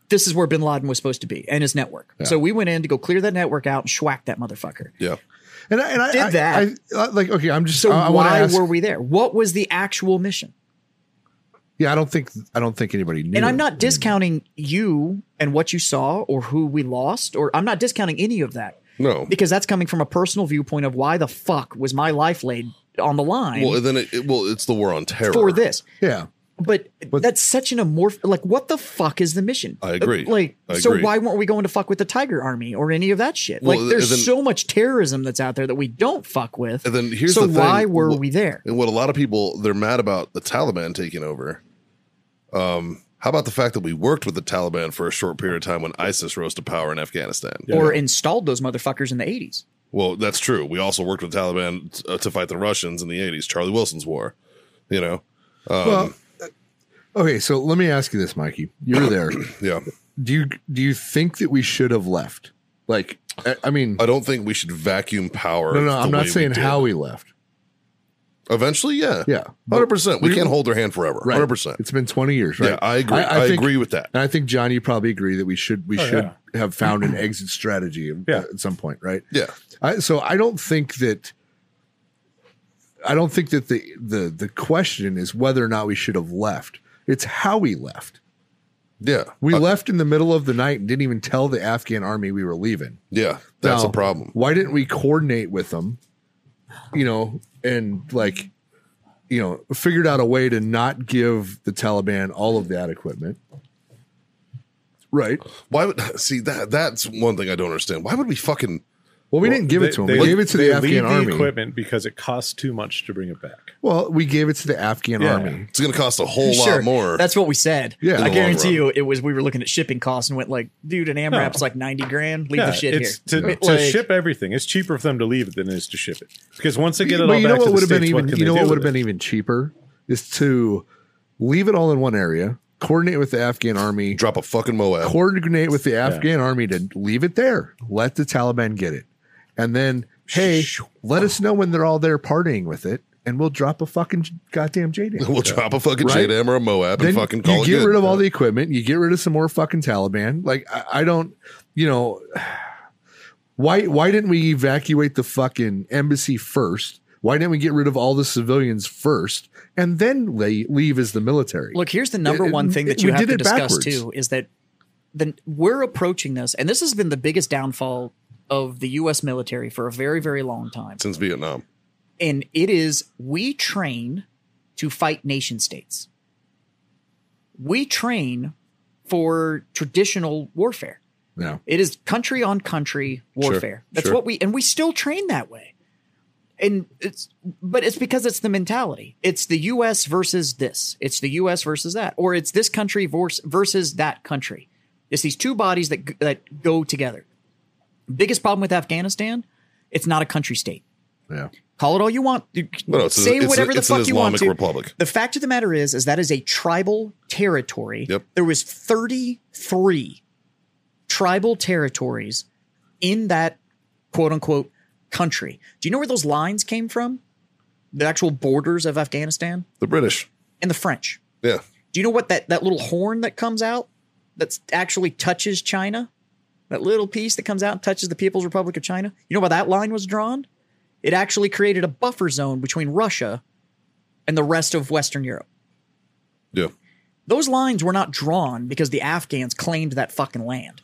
this is where Bin Laden was supposed to be and his network. So we went in to go clear that network out and schwack that motherfucker. Yeah. And I, and I Did I- that. I, I- like okay, I'm just So I, I want to why ask. were we there? What was the actual mission? yeah, I don't think I don't think anybody knew. And I'm not it. discounting you and what you saw or who we lost, or I'm not discounting any of that No. because that's coming from a personal viewpoint of why the fuck was my life laid on the line Well, and then it, it well, it's the war on terror. for this. Yeah, But, But- that's such an amorph. Like, what the fuck is the mission? Uh, I agree. Like, I so agree. why weren't we going to fuck with the Tiger Army or any of that shit? Well, like, there's then- so much terrorism that's out there that we don't fuck with. And then here's so the thing. why were Well, we there? And what a lot of people they're mad about the Taliban taking over. Um, how about the fact that we worked with the Taliban for a short period of time when ISIS rose to power in Afghanistan? Or installed those motherfuckers in the 80s? Well, that's true. We also worked with the Taliban t- uh, to fight the Russians in the '80s, Charlie Wilson's war. You know, Um, well, uh, okay. So let me ask you this, Mikey. You were there. yeah. do you do you think that we should have left? Like, I, I mean, I don't think we should vacuum power. no, no, the I'm way not we saying did. how we left. Eventually, yeah, Yeah, hundred percent. We We- can't hold their hand forever. Right. Hundred percent. It's been 20 years, right? Yeah, I agree. I, think- agree with that. And I think John, you probably agree that we should we Oh, should yeah. have found an exit strategy at- Yeah. at some point, right? Yeah, I, so I don't think that I don't think that the the the question is whether or not we should have left. It's how we left. yeah, We Uh, left in the middle of the night and didn't even tell the Afghan army we were leaving. yeah. That's Now, a problem. Why didn't we coordinate with them? You know, and like, you know, figured out a way to not give the Taliban all of that equipment. Right. Why would see that? That's one thing I don't understand. Why would we fucking? Well, we didn't give it to them. They- we they- gave it to they the Afghan leave army. equipment because it costs too much to bring it back. Well, we gave it to the Afghan Yeah. army. It's going to cost a whole lot more. That's what we said. Yeah. In the I long guarantee run. you, it was we were looking at shipping costs and went like, dude, an AMRAP's like 90 grand. Leave the shit here. it's to, It- to like- ship everything. It's cheaper for them to leave it than it is to ship it. Because once they get it but all you know back what to would the have been states, even what can you they know do what with would have it? been even cheaper is to leave it all in one area, coordinate with the Afghan army, Drop a fucking Moab. coordinate with the Afghan army to leave it there, let the Taliban get it, and then hey, let us know when they're all there partying with it, and we'll drop a fucking goddamn JDAM. We'll drop a fucking Right? JDAM or a Moab and then fucking call you it get good. rid of all the equipment you get rid of some more fucking taliban like I, I don't you know why why didn't we evacuate the fucking embassy first why didn't we get rid of all the civilians first and then lay, leave as the military Look, here's the number It- one thing that you we have did to it discuss backwards. too is that the we're approaching this, and this has been the biggest downfall of the U.S. military for a very, very long time. since Vietnam. And it is we train to fight nation states. We train for traditional warfare. Yeah. It is country on country warfare. That's sure. what we and we still train that way. And it's but it's because it's the mentality. It's the US versus this. It's the US versus that or it's this country vers- versus that country. It's these two bodies that g- that go together. Biggest problem with Afghanistan, it's not a country state. Yeah. Call it all you want. No, no, it's Say it's whatever the it's an fuck you want Islamic to. Republic. The fact of the matter is, is that is a tribal territory. Yep. There was 33 tribal territories in that quote unquote country. Do you know where those lines came from? The actual borders of Afghanistan The British. and the French. Yeah. Do you know what that, that little horn that comes out that actually touches China? That little piece that comes out and touches the People's Republic of China? You know why that line was drawn? It actually created a buffer zone between Russia and the rest of Western Europe. Yeah. Those lines were not drawn because the Afghans claimed that fucking land.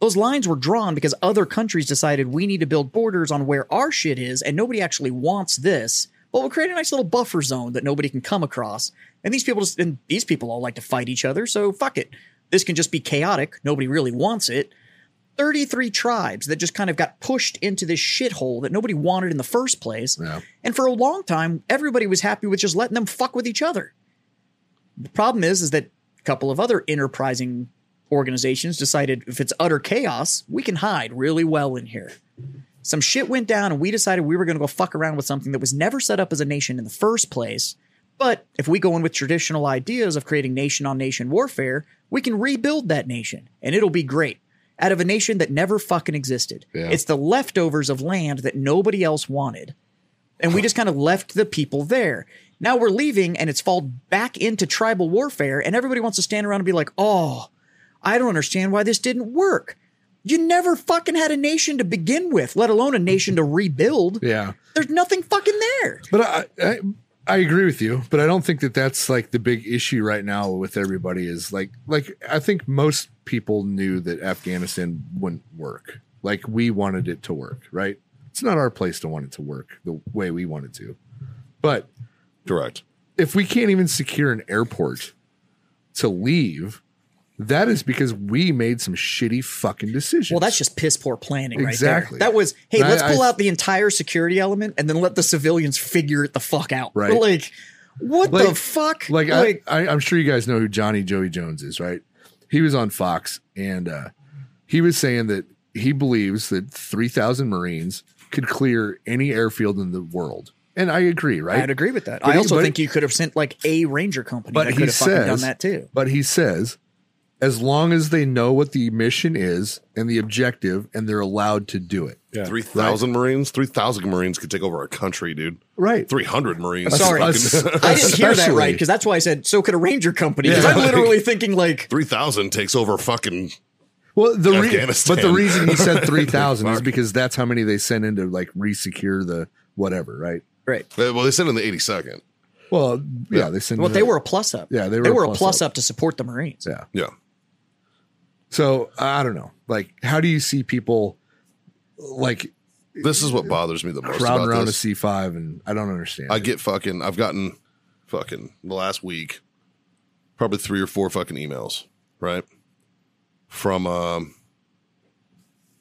Those lines were drawn because other countries decided we need to build borders on where our shit is, and nobody actually wants this. But we'll create a nice little buffer zone that nobody can come across. And these people just and these people all like to fight each other, so fuck it. This can just be chaotic. Nobody really wants it. 33 tribes that just kind of got pushed into this shithole that nobody wanted in the first place. Yeah. And for a long time, everybody was happy with just letting them fuck with each other. The problem is, is that a couple of other enterprising organizations decided if it's utter chaos, we can hide really well in here. Some shit went down, and we decided we were going to go fuck around with something that was never set up as a nation in the first place. But if we go in with traditional ideas of creating nation on nation warfare, we can rebuild that nation, and it'll be great. Out of a nation that never fucking existed. Yeah. It's the leftovers of land that nobody else wanted and we just kind of left the people there. Now we're leaving, and it's falled back into tribal warfare, and everybody wants to stand around and be like, "Oh, I don't understand why this didn't work." You never fucking had a nation to begin with, let alone a nation to rebuild. Yeah. There's nothing fucking there. But I, I I agree with you, but I don't think that that's like the big issue right now with everybody is like like I think most people knew that Afghanistan wouldn't work. Like we wanted it to work, right? It's not our place to want it to work the way we want it to. But Correct. if we can't even secure an airport to leave, that is because we made some shitty fucking decisions. Well, that's just piss poor planning, Exactly. right there. That was, hey, I- let's pull I- out the entire security element and then let the civilians figure it the fuck out. Right. Like, what the Like- fuck? like, I, I, I'm sure you guys know who Johnny Joey Jones is, right? He was on Fox and uh, he was saying that he believes that 3,000 Marines could clear any airfield in the world. And I agree, right? I'd agree with that. But I he- also but- think you could have sent like a ranger company But that he could have fucking done says- that too. But he says, as long as they know what the mission is and the objective and they're allowed to do it. Yeah. 3,000 Marines? 3,000 Marines could take over a country, dude. Right. 300 Marines. Sorry. Us- I didn't hear that especially- right because that's why I said so could a ranger company. 'cause Yeah. I'm literally thinking like 3,000 takes over fucking. Well, the re- Afghanistan. but the reason he said 3,000 is Fuck. because that's how many they send in to like resecure the whatever, right? right. eh, Well, they sent in the 82nd. Well, yeah, they send Well, in they the- were a plus up. Yeah, they were they a were a plus plus up. to support the Marines. Yeah. Yeah. So I don't know. Like, how do you see people like This is what bothers me the most crowd about around this. a C five? And I don't understand. I it. get fucking. I've gotten fucking the last week, probably three or four fucking emails, right? From um,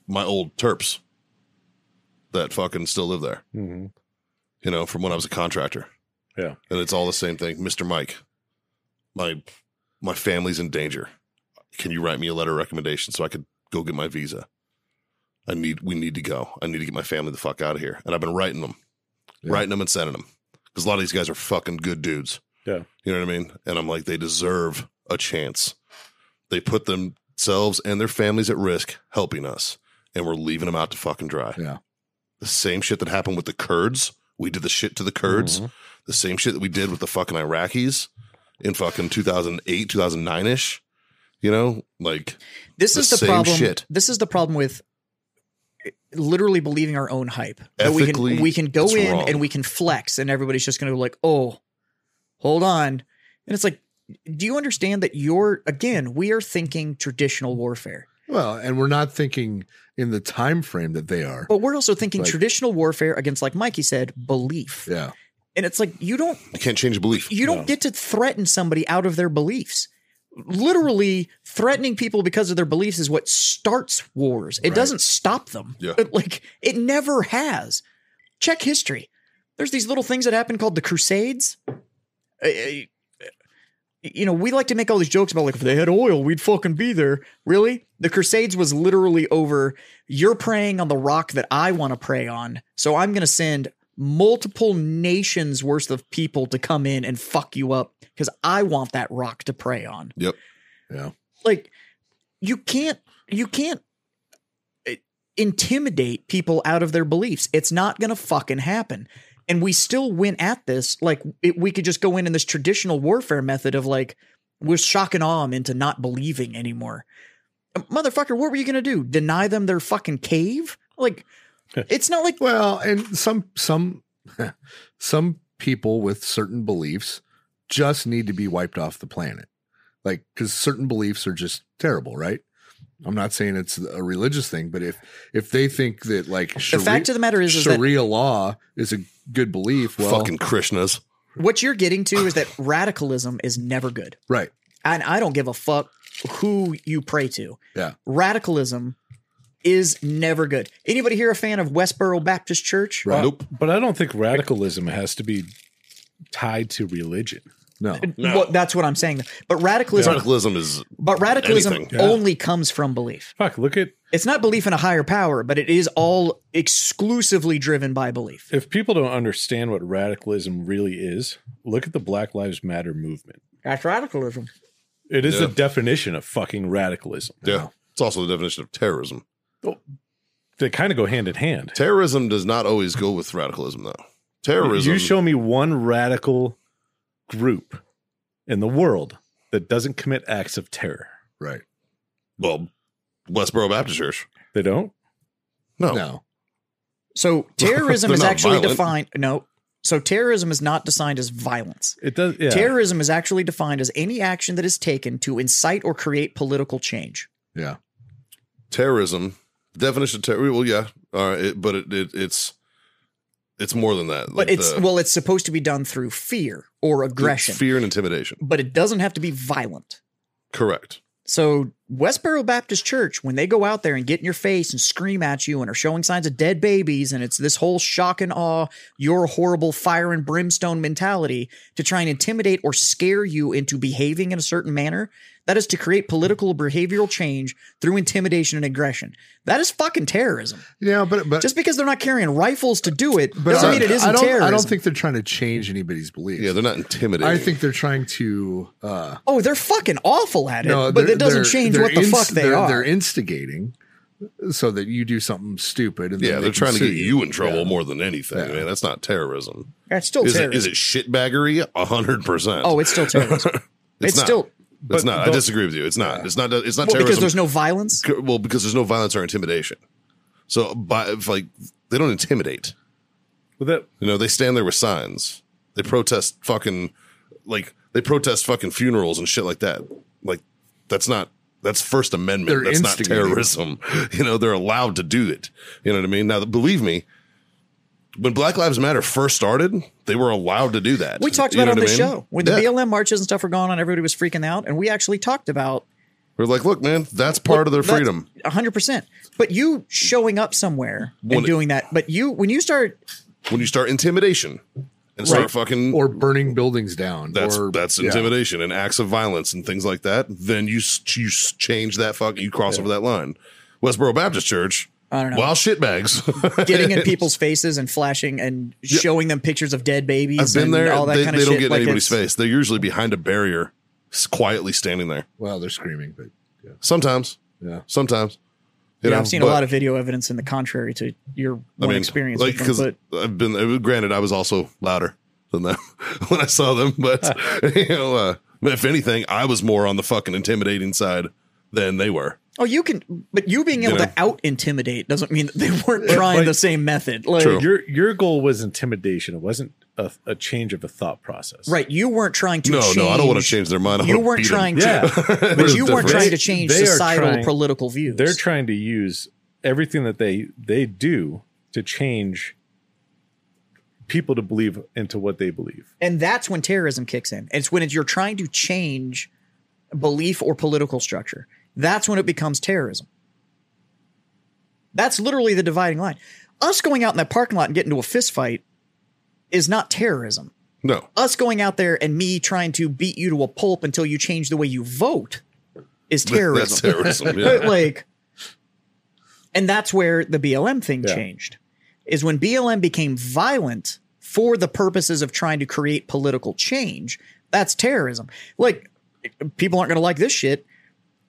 my old Terps that fucking still live there. e- Mhm. You know, from when I was a contractor. Yeah. and it's all the same thing, Mister Mike. My my family's in danger. Can you write me a letter of recommendation so I could go get my visa? I need. We need to go. I need to get my family the fuck out of here. And I've been writing them Yeah. writing them and sending them because a lot of these guys are fucking good dudes. Yeah. You know what I mean? And I'm like, they deserve a chance. They put themselves and their families at risk helping us, and we're leaving them out to fucking dry. Yeah. The same shit that happened with the Kurds. We did the shit to the Kurds. The same shit that we did with the fucking Iraqis in fucking 2008, 2009 ish. You know, like, This The is the same problem. shit. This is the problem with eh, literally believing our own hype. That we can Ethically, we can go it's in wrong. and we can flex, and everybody's just going to be like, oh, hold on, and it's like do you understand that you're again we are thinking traditional warfare Well, and we're not thinking in the time frame that they are. but we're also thinking Like- traditional warfare against like mikey said belief Yeah. and it's like you don't You can't change belief. you don't get to threaten somebody out of their beliefs literally threatening people because of their beliefs is what starts wars it Right. doesn't stop them Yeah. It, like it never has check history there's these little things that happen called the crusades I- I- you know we like to make all these jokes about like if they had oil we'd fucking be there really the crusades was literally over you're praying on the rock that i want to pray on so i'm going to send multiple nations worth of people to come in and fuck you up because i want that rock to pray on Yep. like you can't you can't uh, intimidate people out of their beliefs it's not gonna fucking happen and we still went at this like it, we could just go in in this traditional warfare method of like we're shock and awe 'em into not believing anymore motherfucker what were you gonna do deny them their fucking cave like it's not like Well, and some some some people with certain beliefs just need to be wiped off the planet. Like cuz certain beliefs are just terrible, right? I'm not saying it's a religious thing, but if if they think that like the Sharia, fact of the matter is, is that Sharia law is a good belief, well, Fucking Krishnas. what you're getting to is that radicalism is never good right. and I don't give a fuck who you pray to. Yeah. Radicalism is never good. Anybody here a fan of Westboro Baptist Church? Right. Nope. But I don't think radicalism has to be tied to religion. No. No. Well, that's what I'm saying. But radicalism, Radicalism is but radicalism Anything. Yeah. only comes from belief. Fuck, look at It's not belief in a higher power, but it is all exclusively driven by belief. if people don't understand what radicalism really is, look at the Black Lives Matter movement. That's radicalism. It is Yeah. the definition of fucking radicalism. yeah. It's also the definition of terrorism. They kind of go hand in hand. Terrorism does not always go with radicalism, though. Terrorism. You show me one radical group in the world that doesn't commit acts of terror. Right. well, Westboro Baptist Church. They don't. No. No. So terrorism They're is not actually violent. defined. No. So terrorism is not defined as violence. It does. Yeah. Terrorism is actually defined as any action that is taken to incite or create political change. Yeah. Terrorism. Definition of terror. Well, yeah. All right. It, but it, it, it's it's more than that. But Like it's the- well, it's supposed to be done through fear or the aggression, fear and intimidation. but it doesn't have to be violent. Correct. So Westboro Baptist Church, when they go out there and get in your face and scream at you and are showing signs of dead babies, and it's this whole shock and awe, your horrible fire and brimstone mentality to try and intimidate or scare you into behaving in a certain manner, that is to create political or behavioral change through intimidation and aggression. That is fucking terrorism. Yeah, but but Just because they're not carrying rifles to do it doesn't I, mean it isn't I don't, terrorism. I don't think they're trying to change anybody's beliefs. Yeah, they're not intimidating. I think they're trying to uh Oh, they're fucking awful at it, but they're- it doesn't they're- change they're what the inst- fuck they they're, are. They're instigating so that you do something stupid. And then Yeah, they they're can trying to sue get you in trouble more than anything, Yeah. man. That's not terrorism. it's still Is it, terrorism. is it shitbaggery? A hundred percent. oh, it's still terrorism. it's not. still It's But not. I the- disagree with you. It's not. It's not. It's not well, because terrorism. there's no violence. C- well, because there's no violence or intimidation. So, by if, like, they don't intimidate. Well, that You know, they stand there with signs. They protest fucking, like, they protest fucking funerals and shit like that. Like, that's not. That's First Amendment. They're that's not instigating. terrorism. You know, they're allowed to do it. You know what I mean? Now, believe me, when Black Lives Matter first started, they were allowed to do that. We talked You about know it on what the I mean? show when the Yeah. BLM marches and stuff were going on. Everybody was freaking out, and we actually talked about We're like, look, man, that's part of their that freedom. 100. percent But you showing up somewhere When and it- doing that, but you when you start When you start intimidation and start fucking or burning buildings down. that's or, that's yeah. intimidation and acts of violence and things like that, then you s- you s- change that fuck you cross over that line. Westboro Baptist Church, I don't know. wild shitbags. getting in people's faces and flashing and showing them pictures of dead babies, I've been and there. all that they kind they of don't shit. get in Like, anybody's it's- face. They're usually behind a barrier, s- quietly standing there. Well, they're screaming, but yeah, Sometimes, yeah. sometimes. you Yeah, know, I've seen a but- lot of video evidence in the contrary to your one experience. Like, with them, because but I've been, uh, granted, I was also louder than them when I saw them, but, you know, uh, if anything, I was more on the fucking intimidating side than they were. Oh, you can, but you being able You know? to out intimidate doesn't mean that they weren't trying like- the same method. Like, True. your your goal was intimidation. It wasn't a, a change of a thought process. Right. You weren't trying to No, change. no, I don't want to change their mind. I You wanna weren't beat 'em. trying Yeah. to. But There's you a weren't difference. trying to change They are societal trying- political views. They're trying to use everything that they they do to change people to believe into what they believe. and that's when terrorism kicks in. It's when it's, you're trying to change belief or political structure. That's when it becomes terrorism. That's literally the dividing line. Us going out in that parking lot and getting into a fist fight is not terrorism. No, Us going out there and me trying to beat you to a pulp until you change the way you vote is terrorism. that's terrorism. But, Yeah. like and that's where the BLM thing Yeah. changed is when BLM became violent for the purposes of trying to create political change that's terrorism like people aren't going to like this shit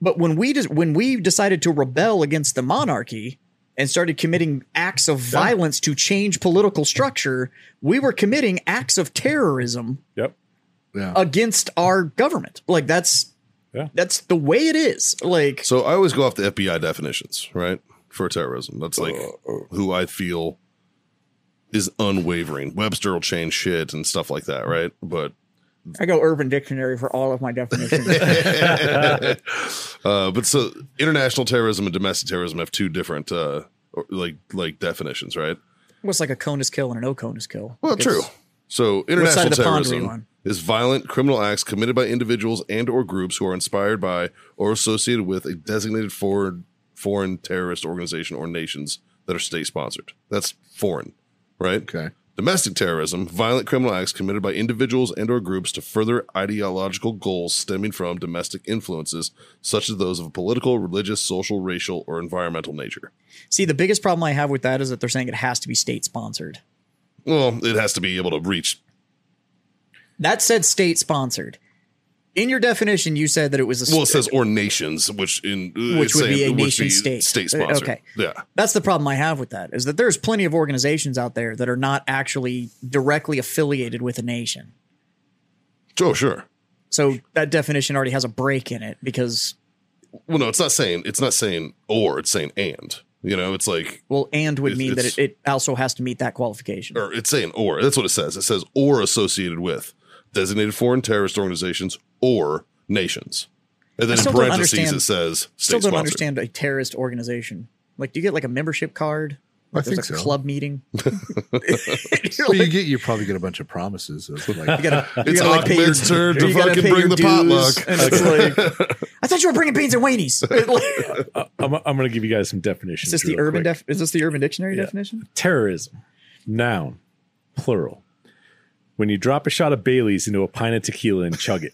but when we just when we decided to rebel against the monarchy and started committing acts of violence to change political structure we were committing acts of terrorism Yep. Yeah. against our government like that's Yeah. that's the way it is like So I always go off the FBI definitions, right, for terrorism. That's like who I feel is unwavering. Webster will change shit and stuff like that, right? But I go Urban Dictionary for all of my definitions. Uh, but so international terrorism and domestic terrorism have two different uh, or- like like definitions, right? What's like a cone is kill and an O cone is kill? Well, Because- true. So side international of the pond are you on? terrorism is violent criminal acts committed by individuals and or groups who are inspired by or associated with a designated foreign foreign terrorist organization or nations that are state sponsored. That's foreign, right? Okay. Domestic terrorism, violent criminal acts committed by individuals and or groups to further ideological goals stemming from domestic influences such as those of a political, religious, social, racial, or environmental nature. See, the biggest problem I have with that is that they're saying it has to be state sponsored. Well, it has to be able to reach That said, state sponsored. In your definition, you said that it was a. well, it says or nations, which in uh, Which it's would be saying a it would nation be state. state Uh, sponsored. okay. Yeah. That's the problem I have with that is that there's plenty of organizations out there that are not actually directly affiliated with a nation. Oh, sure. So that definition already has a break in it because Well, no, it's not saying it's not saying or. It's saying and. You know, it's like well, and would It's- mean that it's- it, it also has to meet that qualification. or it's saying or. That's what it says. It says or associated with designated foreign terrorist organizations or nations. And then in still don't parentheses understand- it says state Still don't sponsored. understand a terrorist organization. Like, do you get like a membership card? I There's think a so. club meeting. Well, you get you probably get a bunch of promises of like You gotta, you It's gotta like pay your, Ahmed's turn to you gotta fucking pay bring your the dues, potluck. And it's like, I thought you were bringing beans and weenies. is Uh, I'm, I'm going to give you guys some definitions. this the real urban? quick. Def- is this the Urban Dictionary Yeah. definition? Terrorism, noun, plural. When you drop a shot of Bailey's into a pint of tequila and chug it.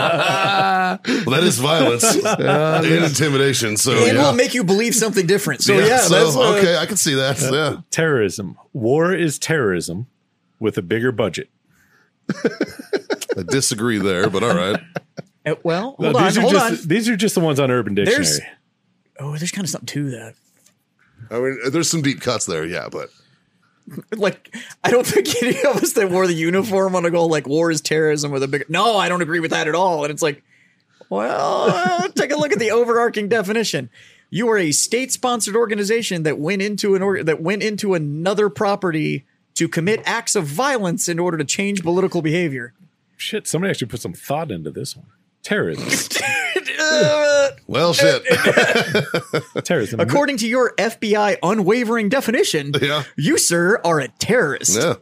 Well, that is violence and intimidation. So it Oh, yeah. will make you believe something different. So yeah, so, that's uh, okay. I can see that. Yeah. Terrorism. War is terrorism with a bigger budget. I disagree there, but all right. uh, well, No, hold on, these are hold just on. these are just the ones on Urban Dictionary. There's- Oh, there's kind of something to that. I mean, there's some deep cuts there, yeah, but Like, I don't think any of us that wore the uniform want to go like war is terrorism with a big. No, I don't agree with that at all. And it's like, well, take a look at the overarching definition. You are a state-sponsored organization that went into an org that went into another property to commit acts of violence in order to change political behavior. Shit, somebody actually put some thought into this one. Terrorism. Uh, well, shit. terrorism. according to your FBI unwavering definition, Yeah. you sir are a terrorist. yeah.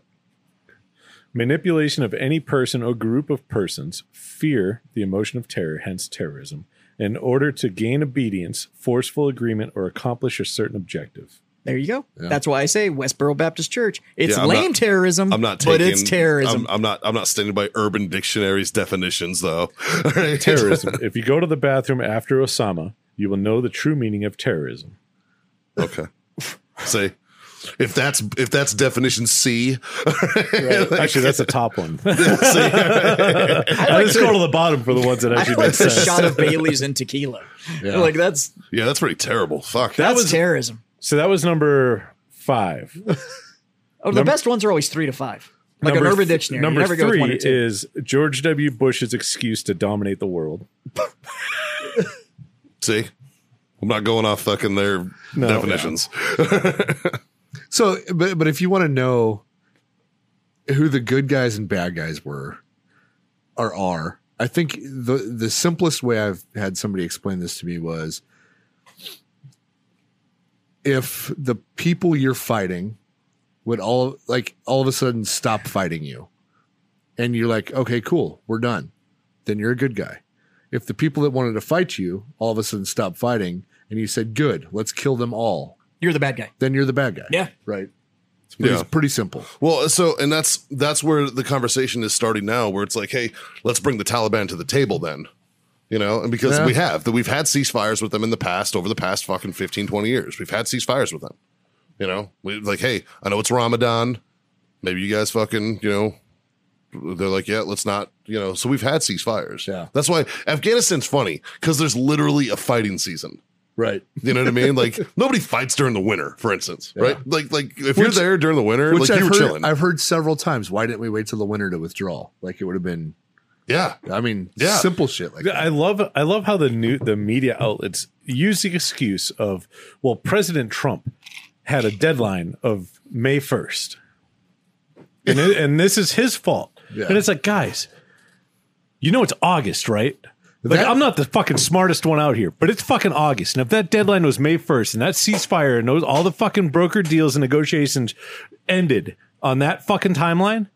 Manipulation of any person or group of persons, fear, the emotion of terror, hence terrorism, in order to gain obedience, forceful agreement, or accomplish a certain objective. There you go. That's why I say Westboro Baptist Church. It's Yeah, I'm lame not- terrorism. I'm not taking. but it's terrorism. I'm, I'm not. I'm not standing by Urban Dictionary's definitions, though. All right. Terrorism. if you go to the bathroom after Osama, you will know the true meaning of terrorism. Okay. Say, if that's if that's definition C, Actually, that's the top one. I just go to the bottom for the ones that I actually like make the sense. shot of Bailey's and tequila. Like that's yeah, that's pretty terrible. Fuck. that's was- terrorism. So that was number five. Oh, the best ones are always three to five. Like number an urban th- dictionary. Number you never three go with one or two. is George W. Bush's excuse to dominate the world. See, I'm not going off fucking their definitions. So, but but if you want to know who the good guys and bad guys were or are. I think the the simplest way I've had somebody explain this to me was if the people you're fighting would all like all of a sudden stop fighting you and you're like, okay, cool, we're done, then you're a good guy. If the people that wanted to fight you all of a sudden stop fighting and you said, good, let's kill them all, You're the bad guy. then you're the bad guy. Yeah. Right. It's pretty, Yeah. pretty simple. Well, so and that's that's where the conversation is starting now, where it's like, hey, let's bring the Taliban to the table then. You know, and because Yeah. we have that we've had ceasefires with them in the past over the past fucking 15, 20 years. We've had ceasefires with them. You know, we like, hey, I know it's Ramadan. Maybe you guys fucking, you know, they're like, yeah, let's not, you know. So we've had ceasefires. Yeah. That's why Afghanistan's funny because there's literally a fighting season. Right. You know what I mean? Like nobody fights during the winter, for instance, right? Like, like if you're Which- there during the winter, Which like you I've, were heard, chilling. I've heard several times. Why didn't we wait till the winter to withdraw? Like it would have been, yeah, I mean, Yeah. simple shit like that. I love I love how the new the media outlets use the excuse of well President Trump had a deadline of May first, and it- and this is his fault. Yeah. And it's like guys, you know it's August, right? Like That- I'm not the fucking smartest one out here, but it's fucking August. And if that deadline was May first, and that ceasefire and those all the fucking broker deals and negotiations ended on that fucking timeline,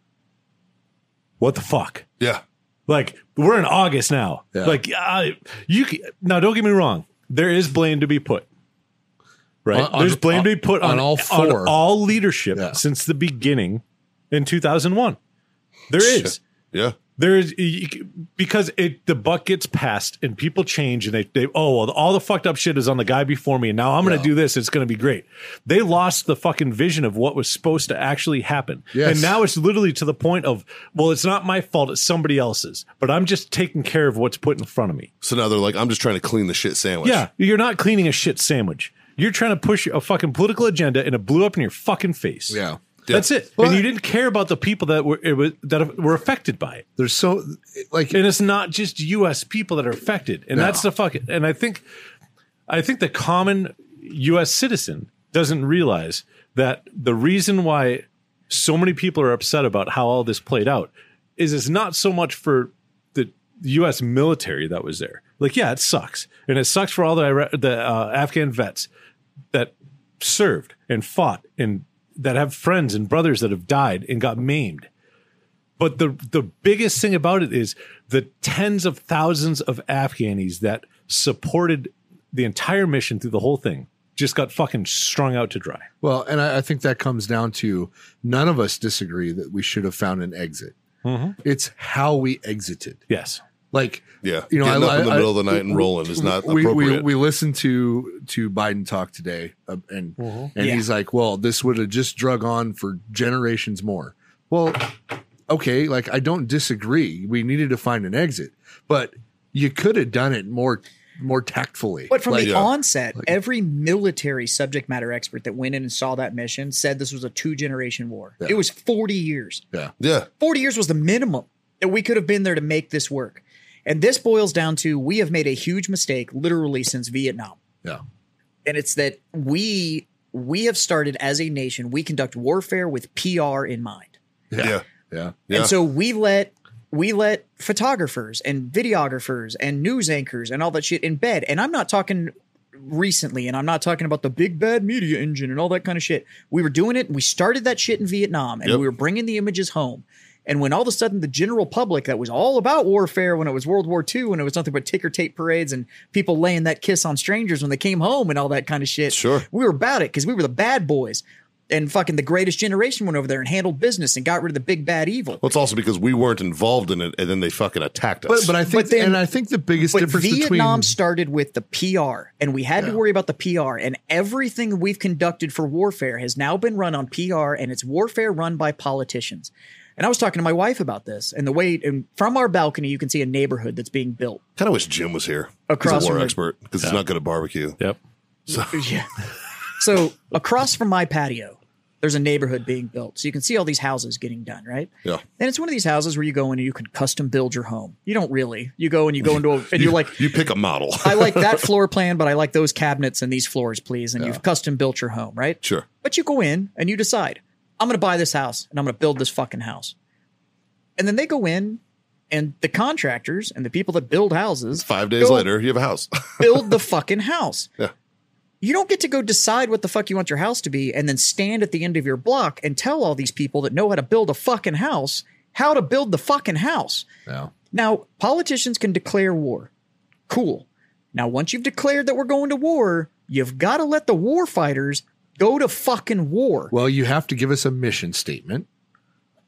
what the fuck? yeah. Like we're in August now. Yeah. Like I, you c- now, don't get me wrong. There is blame to be put. Right, On- on- there's blame to be put on, on all four. all leadership Yeah. since the beginning in 2001. There is. Yeah. There is y- y- because it the buck gets passed and people change and they, they oh well all the fucked up shit is on the guy before me and now I'm going to Yeah. do this it's going to be great. They lost the fucking vision of what was supposed to actually happen. Yes. And now it's literally to the point of well it's not my fault it's somebody else's but I'm just taking care of what's put in front of me. So now they're like, I'm just trying to clean the shit sandwich. Yeah, you're not cleaning a shit sandwich. You're trying to push a fucking political agenda and it blew up in your fucking face. Yeah. That's it. Well, and you didn't care about the people that were it was, that were affected by it There's so, like, and it's not just U.S. people that are affected, and that's the fucking. And I think, I think the common U.S. citizen doesn't realize that the reason why so many people are upset about how all this played out is it's not so much for the U.S. military that was there. Like, yeah, it sucks, and it sucks for all the Ira- the uh, Afghan vets that served and fought and that have friends and brothers that have died and got maimed. But the the biggest thing about it is the tens of thousands of Afghanis that supported the entire mission through the whole thing just got fucking strung out to dry. well, and I, I think that comes down to none of us disagree that we should have found an exit. Mm-hmm. It's how we exited. Yes. Like, Yeah. you know, Getting I- up in the I- middle of the night and rolling is not we, we, appropriate. we listened to to Biden talk today, uh, and Mm-hmm. and he's like, "Well, this would have just drug on for generations more." Well, okay, like I don't disagree. We needed to find an exit, but you could have done it more more tactfully. But from Like, the yeah. onset, every military subject matter expert that went in and saw that mission said this was a two generation war. It was 40 years. yeah, yeah. 40 years was the minimum that we could have been there to make this work. And this boils down to we have made a huge mistake literally since Vietnam. yeah, And it's that we we have started as a nation, we conduct warfare with PR in mind. Yeah. Yeah. yeah, Yeah. And so we let we let photographers and videographers and news anchors and all that shit in bed. And I'm not talking recently, and I'm not talking about the big bad media engine and all that kind of shit. We were doing it. We started that shit in Vietnam, and Yep. we were bringing the images home. And when all of a sudden the general public that was all about warfare when it was World War II, when it was nothing but ticker tape parades and people laying that kiss on strangers when they came home and all that kind of shit. Sure. We were about it because we were the bad boys. And fucking the greatest generation went over there and handled business and got rid of the big bad evil. Well, it's also because we weren't involved in it and then they fucking attacked But us. but I think But then- and I think the biggest But difference Vietnam between started with the PR, and we had to worry about the PR. And everything we've conducted for warfare has now been run on PR, and it's warfare run by politicians. And I was talking to my wife about this, and the way and from our balcony you can see a neighborhood that's being built. kind of wish Jim was here. Across he's a war from the- expert because he's not good at barbecue. Yep. So across from my patio, there's a neighborhood being built, so you can see all these houses getting done, right? Yeah. And it's one of these houses where you go in and you can custom build your home. You don't really. You go and you go into a, and you're like, You pick a model. I like that floor plan, but I like those cabinets and these floors, please. And you've custom built your home, right? sure. But you go in and you decide, I'm going to buy this house and I'm going to build this fucking house. And then they go in and the contractors and the people that build houses Five days Go- later, you have a house. build the fucking house. Yeah. You don't get to go decide what the fuck you want your house to be and then stand at the end of your block and tell all these people that know how to build a fucking house how to build the fucking house. No. Now, politicians can declare war. Cool. Now, once you've declared that we're going to war, you've got to let the war fighters go to fucking war. Well, you have to give us a mission statement.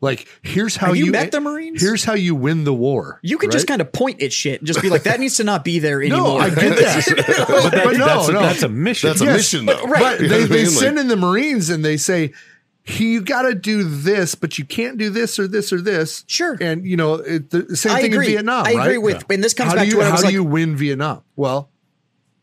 Like, here's how Have you you met the Marines? Here's how you win the war. you can just right? kind of point at shit and just be like, that needs to not be there no, anymore. I get that. but, no, that's, no, that's a mission. That's a Yes, mission, though. But You know they, what I they mean? Like, send in the Marines and they say, "He- you got to do this, but you can't do this or this or this. Sure. And, you know, it, the same I thing agree. in Vietnam, I right? agree with, and this comes how back do you, to what I how was do like, you win Vietnam? Well,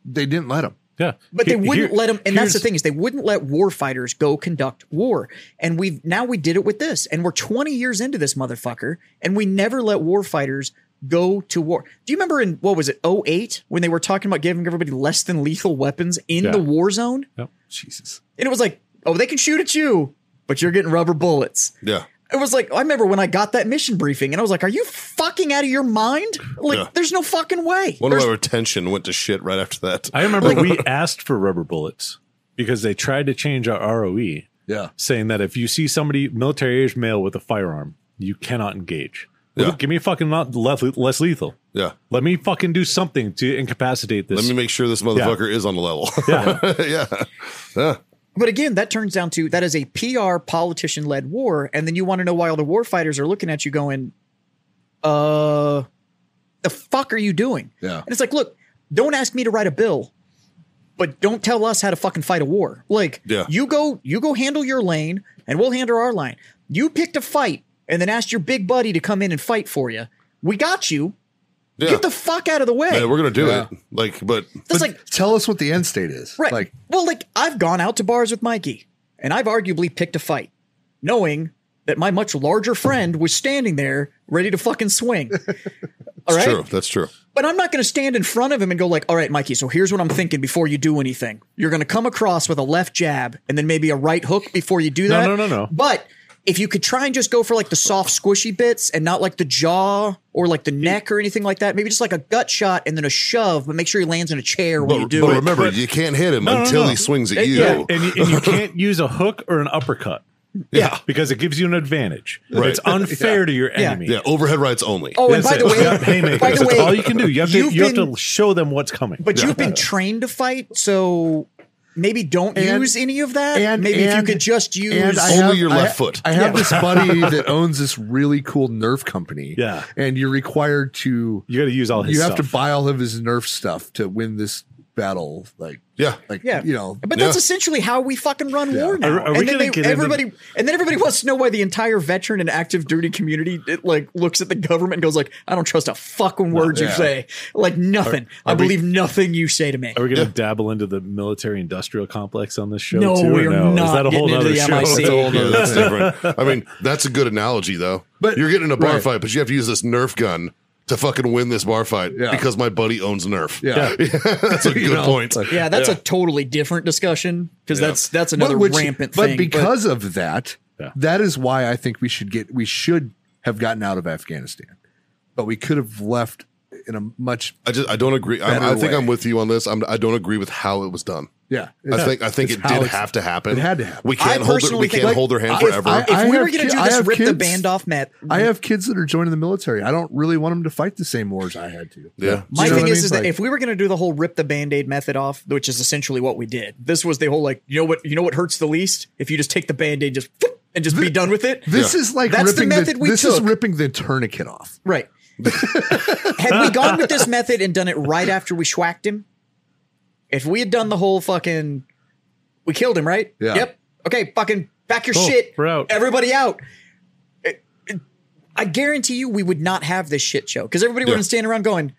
they didn't let him. yeah. But they Here- wouldn't here- let them, and that's the here's- thing is they wouldn't let war fighters go conduct war. And we've now we did it with this, and we're 20 years into this motherfucker, and we never let war fighters go to war. Do you remember in what was it 08 when they were talking about giving everybody less than lethal weapons in Yeah. the war zone? Yep. Jesus. And it was like, oh, they can shoot at you, but you're getting rubber bullets. Yeah. It was like I remember when I got that mission briefing, and I was like, are you fucking out of your mind? Like, Yeah. there's no fucking way. One There's- of our retention went to shit right after that. I remember we asked for rubber bullets because they tried to change our ROE, Yeah. saying that if you see somebody military age male with a firearm, you cannot engage. Well, Yeah. look, give me fucking not less, less lethal. yeah. Let me fucking do something to incapacitate this. Let me make sure this motherfucker is on the level. Yeah. yeah. Yeah. But again, that turns down to that is a PR politician led war, and then you want to know why all the war fighters are looking at you going, "Uh, the fuck are you doing?" Yeah. And it's like, look, don't ask me to write a bill, but don't tell us how to fucking fight a war. Like, Yeah. you go, you go handle your lane, and we'll handle our line. You picked a fight, and then asked your big buddy to come in and fight for you. We got you. Yeah. Get the fuck out of the way. Yeah, we're gonna do Yeah. it. Like, but That's But like tell us what the end state is. Right. Like, well, like I've gone out to bars with Mikey, and I've arguably picked a fight, knowing that my much larger friend was standing there ready to fucking swing. All right. it's true. That's true. But I'm not going to stand in front of him and go like, "All right, Mikey, so here's what I'm thinking before you do anything. You're going to come across with a left jab and then maybe a right hook before you do No, that." no, no, no. But if you could try and just go for like the soft squishy bits and not like the jaw or like the neck or anything like that, maybe just like a gut shot and then a shove, but make sure he lands in a chair when But, you do but it. remember, but- you can't hit him no, until no. he swings at It- you. yeah. and, you, and you can't use a hook or an uppercut Yeah. because it gives you an advantage. Right. It's unfair to your enemy. Yeah, overhead rights only. Oh, and That's by the it. way, Yep, by haymakers. the That's way, all you can do. You have to, you've you have been- to show them what's coming. but you've been trained to fight, so maybe don't And- use any of that. and- maybe if you and- could just use. and I Only have, your I left ha- foot. I have this buddy that owns this really cool Nerf company. Yeah. And you're required to, you got to use all his you have stuff. to buy all of his Nerf stuff to win this battle. Like, yeah. like, Yeah. you know, but that's Yeah. essentially how we fucking run war now. Are- are we and then gonna they, get into- everybody, and then everybody wants to know why the entire veteran and active duty community it, like looks at the government and goes like, "I don't trust a fucking word you yeah. say. Like nothing. I believe nothing you say to me." Are we going to dabble into the military industrial complex on this show? No, too, or we are no? Is not that a whole getting into other the show? MIC. That's a whole Yeah, nother that's thing. different. I mean, that's a good analogy though. But- you're getting in a bar right. fight, but you have to use this Nerf gun to fucking win this bar fight Yeah. because my buddy owns Nerf. Yeah. that's a good You know, point. like- yeah, that's a totally different discussion because that's that's another which- rampant but thing. because of that, Yeah. that is why I think we should get, we should have gotten out of Afghanistan, but we could have left in a much, I just I don't agree. I'm, Better I think way. I'm with you on this. I'm, I don't agree with how it was done. yeah. I think I think It's it how did it's- have to happen. it had to happen. We I can't hold it, personally we think- can't hold their hand Like, forever. I- if I we have were going to ki- do I this, have rip the kids. band off, Matt. I have kids that are joining the military. I don't really want them to fight the same wars I had to. yeah. My You thing know what I is, mean? is that Like- if we were going to do the whole rip the band-aid method off, which is essentially what we did, this was the whole like, you know what, you know what hurts the least? If you just take the band-aid, just whoop, and just be done with it. This is like That's the ripping method we this is took. ripping the tourniquet off. right. had we gone with this method and done it right after we schwacked him, if we had done the whole fucking we killed him, right? Yeah. Yep. Okay, fucking back your Cool. shit. Oh, We're out. Everybody out. It- it- I guarantee you we would not have this shit show because everybody would Yeah. have been standing around going,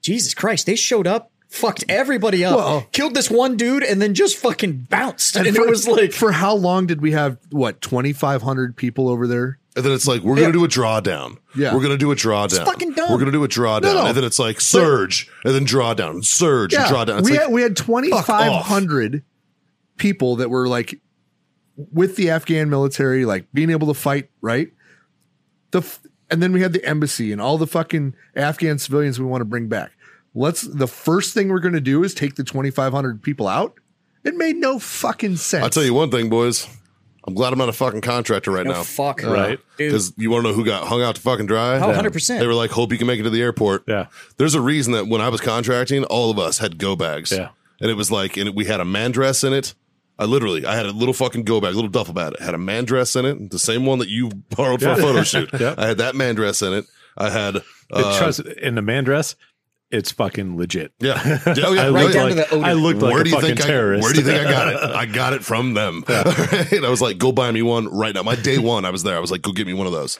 Jesus Christ, they showed up, fucked everybody up, Well- killed this one dude, and then just fucking bounced. And, it was like, for how long did we have what twenty five hundred people over there? And then it's like we're Yeah. gonna do a drawdown. Yeah. we're gonna do a drawdown. fucking dumb. We're gonna do a drawdown, No, no. and then it's like surge, and then drawdown, surge, and drawdown. It's we like had we had twenty five hundred people that were like with the Afghan military, like being able to fight, right? The f- and then we had the embassy and all the fucking Afghan civilians we want to bring back. Let's the first thing we're going to do is take the 2500 people out. It made no fucking sense. I'll tell you one thing, boys. I'm glad I'm not a fucking contractor right No, now. "Oh, fuck. Right. Dude. Because you want to know who got hung out to fucking dry? Oh, 100%. They were like, hope you can make it to the airport. Yeah. There's a reason that when I was contracting, all of us had go bags. Yeah. And it was like, and we had a man dress in it. I literally, I had a little fucking go bag, little duffel bag. It had a man dress in it, the same one that you borrowed for a Yeah. photo shoot. Yep. I had that man dress in it. I had, uh, It trust in the man dress. It's fucking legit. yeah, yeah, oh, yeah, I oh, looked yeah. down to like, the odor. I looked like where a do you fucking think terrorist. I, where do you think I got it? I got it from them. and I was like, go buy me one right now. My day one, I was there. I was like, go get me one of those.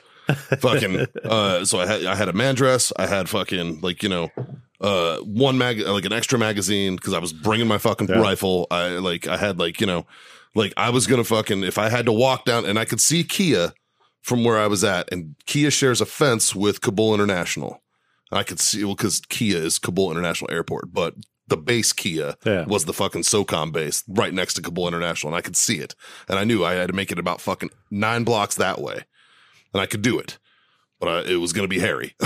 Fucking. Uh, so I had I had a man dress. I had fucking like you know, uh, one mag like an extra magazine because I was bringing my fucking Yeah. rifle. I like I had like you know, like I was gonna fucking if I had to walk down and I could see Kia from where I was at, and Kia shares a fence with Kabul International. I could see well because Kia is Kabul International Airport, but the base Kia Yeah. was the fucking SOCOM base right next to Kabul International, and I could see it, and I knew I had to make it about fucking nine blocks that way, and I could do it, but I, it was gonna be hairy.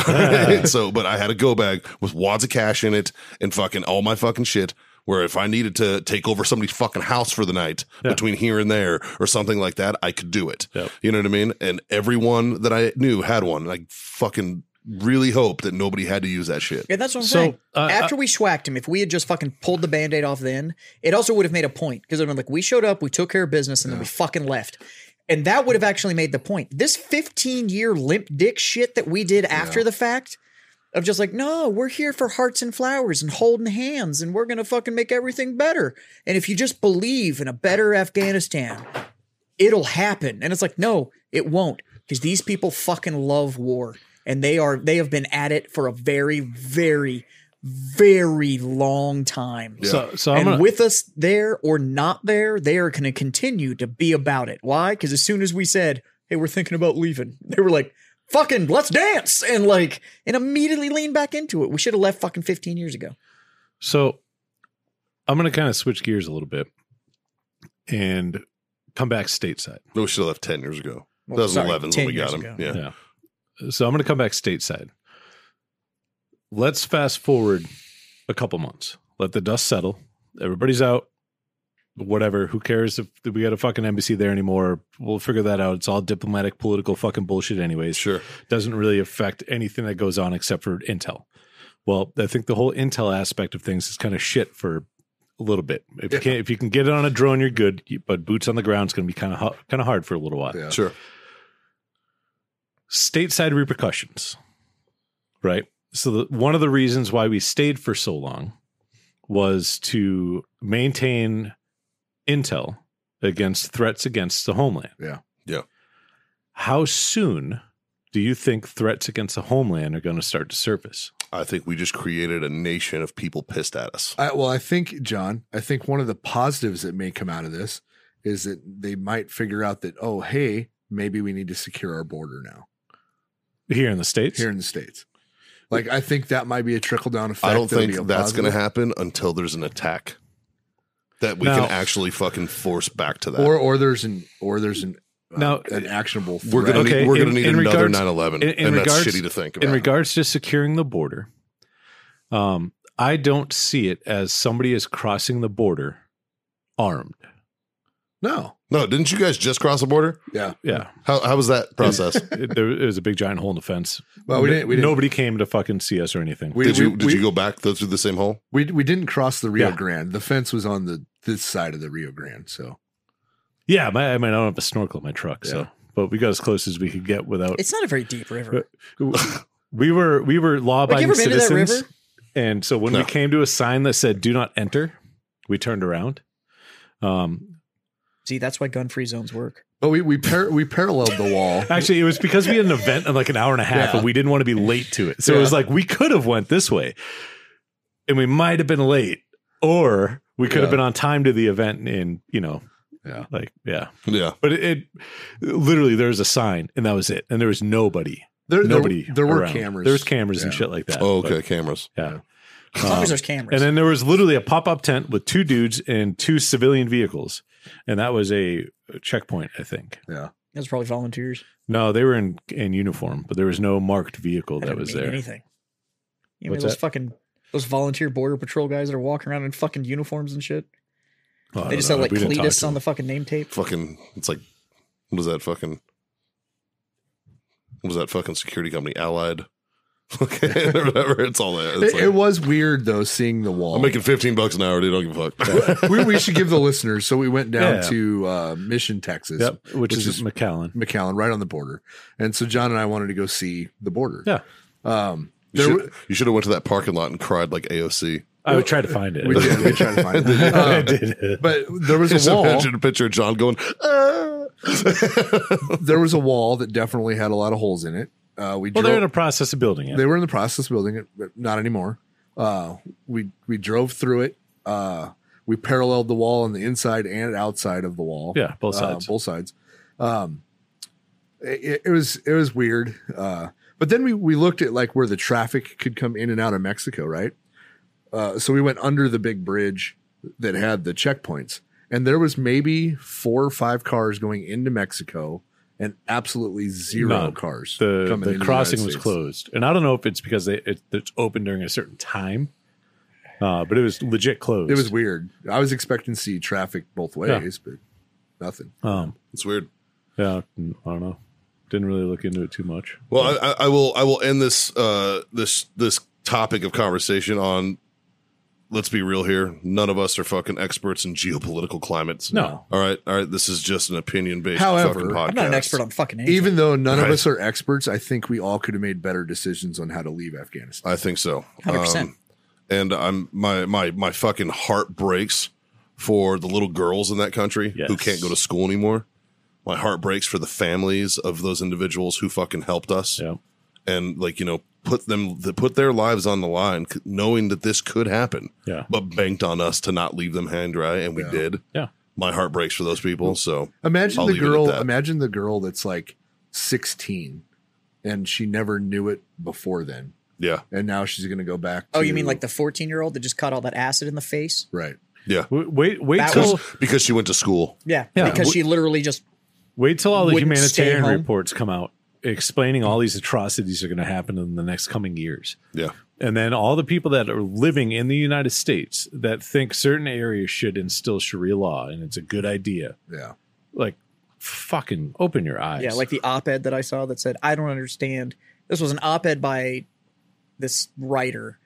so, but I had a go bag with wads of cash in it and fucking all my fucking shit. Where if I needed to take over somebody's fucking house for the night between here and there or something like that, I could do it. Yep. You know what I mean? And everyone that I knew had one. And I fucking really hope that nobody had to use that shit. Yeah, that's what I'm So, saying. uh, After we schwacked him, if we had just fucking pulled the band aid off then, it also would have made a point because I've been like, we showed up, we took care of business, and then we fucking left. And that would have actually made the point. This 15 year limp dick shit that we did after the fact of just like, no, we're here for hearts and flowers and holding hands, and we're going to fucking make everything better. And if you just believe in a better Afghanistan, it'll happen. And it's like, no, it won't. Because these people fucking love war. And they are they have been at it for a very, very, very long time. So, so I'm and gonna, with us there or not there, they are gonna continue to be about it. Why? Because as soon as we said, Hey, we're thinking about leaving, they were like, fucking let's dance and like and immediately lean back into it. We should have left fucking 15 years ago. So I'm going to kind of switch gears a little bit and come back stateside. No, we should have left 10 years ago. Well, 2011 sorry, when we 10 got him. years ago. Yeah. So I'm going to come back stateside. Let's fast forward a couple months. Let the dust settle. Everybody's out. Whatever. Who cares if we got a fucking embassy there anymore? We'll figure that out. It's all diplomatic, political fucking bullshit, anyways. Sure. doesn't really affect anything that goes on except for Intel. Well, I think the whole Intel aspect of things is kind of shit for a little bit. If you can if you can get it on a drone, you're good. But boots on the ground is going to be kind of hu- kind of hard for a little while. Yeah. Sure. Stateside repercussions, right? So the, one of the reasons why we stayed for so long was to maintain Intel against threats against the homeland. Yeah. Yeah. How soon do you think threats against the homeland are going to start to surface? I think we just created a nation of people pissed at us. I, well, I think, John, I think one of the positives that may come out of this is that they might figure out that, oh, hey, maybe we need to secure our border now Here in the states, here in the States. Like, I think that might be a trickle down effect. I don't that'll think be a that's going to positive. happen until there's an attack that we Now- can actually fucking force back to that. Or, or there's an, or there's an, uh, Now- an actionable. Threat. we're gonna Okay, need, we're gonna in- need in another regards- 9/11, in- in and regards- that's shitty to think about. in regards to securing the border, um, I don't see it as somebody is crossing the border armed. no. no, didn't you guys just cross the border? Yeah. Yeah, How how was that process? it, there was a big giant hole in the fence. Well, we didn't, we didn't, Nobody came to fucking see us or anything. we, did you we- did we- you go back th- through the same hole? We, we didn't cross the Rio Yeah. Grande. The fence was on the, this side of the Rio Grande. So yeah, my, I mean, I don't have a snorkel in my truck, Yeah. so but we got as close as we could get without. It's not a very deep river. we were we were law Like, you abiding ever been to that citizens, river? and so when we No. came to a sign that said "Do not enter," we turned around. Um, See, that's why gun free zones work. But we we par- we paralleled the wall. Actually, it was because we had an event in like an hour and a half, Yeah. and we didn't want to be late to it. So it was Yeah. like we could have went this way, and we might have been late, or we could have Yeah. been on time to the event. And you know, Yeah. like yeah, Yeah, but it, it literally there was a sign, and that was it, and there was nobody, There, nobody. There, there were around. cameras. There was cameras and Yeah. shit like that. Oh, okay, cameras. But, yeah. As long Um, as there's cameras. And then there was literally a pop up tent with two dudes and two civilian vehicles. and that was a checkpoint, I think. That's probably volunteers. No, they were in in uniform, but there was no marked vehicle that, didn't was mean there. Anything. You mean What's those that? fucking those volunteer border patrol guys that are walking around in fucking uniforms and shit. Well, I They don't just know. had like Oh, We didn't talk Cletus to on the them. fucking name tape. Fucking, it's like, what is that fucking? What is that fucking security company? Allied. Okay, or whatever. It's all that. It, It's like, it was weird though seeing the wall. I'm making 15 bucks an hour, dude. I don't give a fuck. we, we should give the listeners. So we went down Yeah. to uh, Mission, Texas, Yep, which, which is, is- McAllen. McAllen, right on the border. And so John and I wanted to go see the border. Yeah. Um, You there should, were- you should have went to that parking lot and cried like AOC. I would try to find it. we did. We tried to find it. I Uh, did. but there was Just a wall. imagine a picture of John going, ah. There was a wall that definitely had a lot of holes in it. Uh, we Well, drove, they're in the process of building it. they were in the process of building it, but not anymore. Uh, we we drove through it. Uh, we paralleled the wall on the inside and outside of the wall. yeah, both Uh, sides. both sides. Um, it, it was it was weird. Uh, but then we we looked at like where the traffic could come in and out of Mexico, right? Uh, so we went under the big bridge that had the checkpoints, and there was maybe four or five cars going into Mexico, and absolutely zero None. cars. the coming the into United crossing was States. closed, and I don't know if it's because they, it, it's open during a certain time, uh, but it was legit closed. It was weird. I was expecting to see traffic both ways, but nothing. Um, It's weird. yeah, mm, I don't know. Didn't really look into it too much. Well, I, I- I will. I will end this uh, this this topic of conversation on. Let's be real here. None of us are fucking experts in geopolitical climates. No. All right. All right. This is just an opinion based. However, fucking podcast. I'm not an expert on fucking anything. Even though none Right. of us are experts, I think we all could have made better decisions on how to leave Afghanistan. I think so. Um, 100%. and I'm my my my fucking heart breaks for the little girls in that country who Yes. can't go to school anymore. My heart breaks for the families of those individuals who fucking helped us. Yeah, and like you know put them th- put their lives on the line c- knowing that this could happen Yeah. but banked on us to not leave them hand dry and we Yeah. did yeah. my heart breaks for those people so Imagine I'll the leave it at girl. that. Imagine the girl that's like 16, and she never knew it before then, yeah and now she's going to go back. oh, you to- mean like the 14 year old that just caught all that acid in the face? right? yeah W- Wait, wait That till because she went to school Yeah, Yeah. because she literally just wait till all the wouldn't stay humanitarian home. reports come out explaining all these atrocities are going to happen in the next coming years. yeah and then all the people that are living in the United States that think certain areas should instill Sharia law and it's a good idea. Yeah. Like, fucking open your eyes. Yeah, like the op-ed that I saw that said, "I don't understand." This was an op-ed by this writer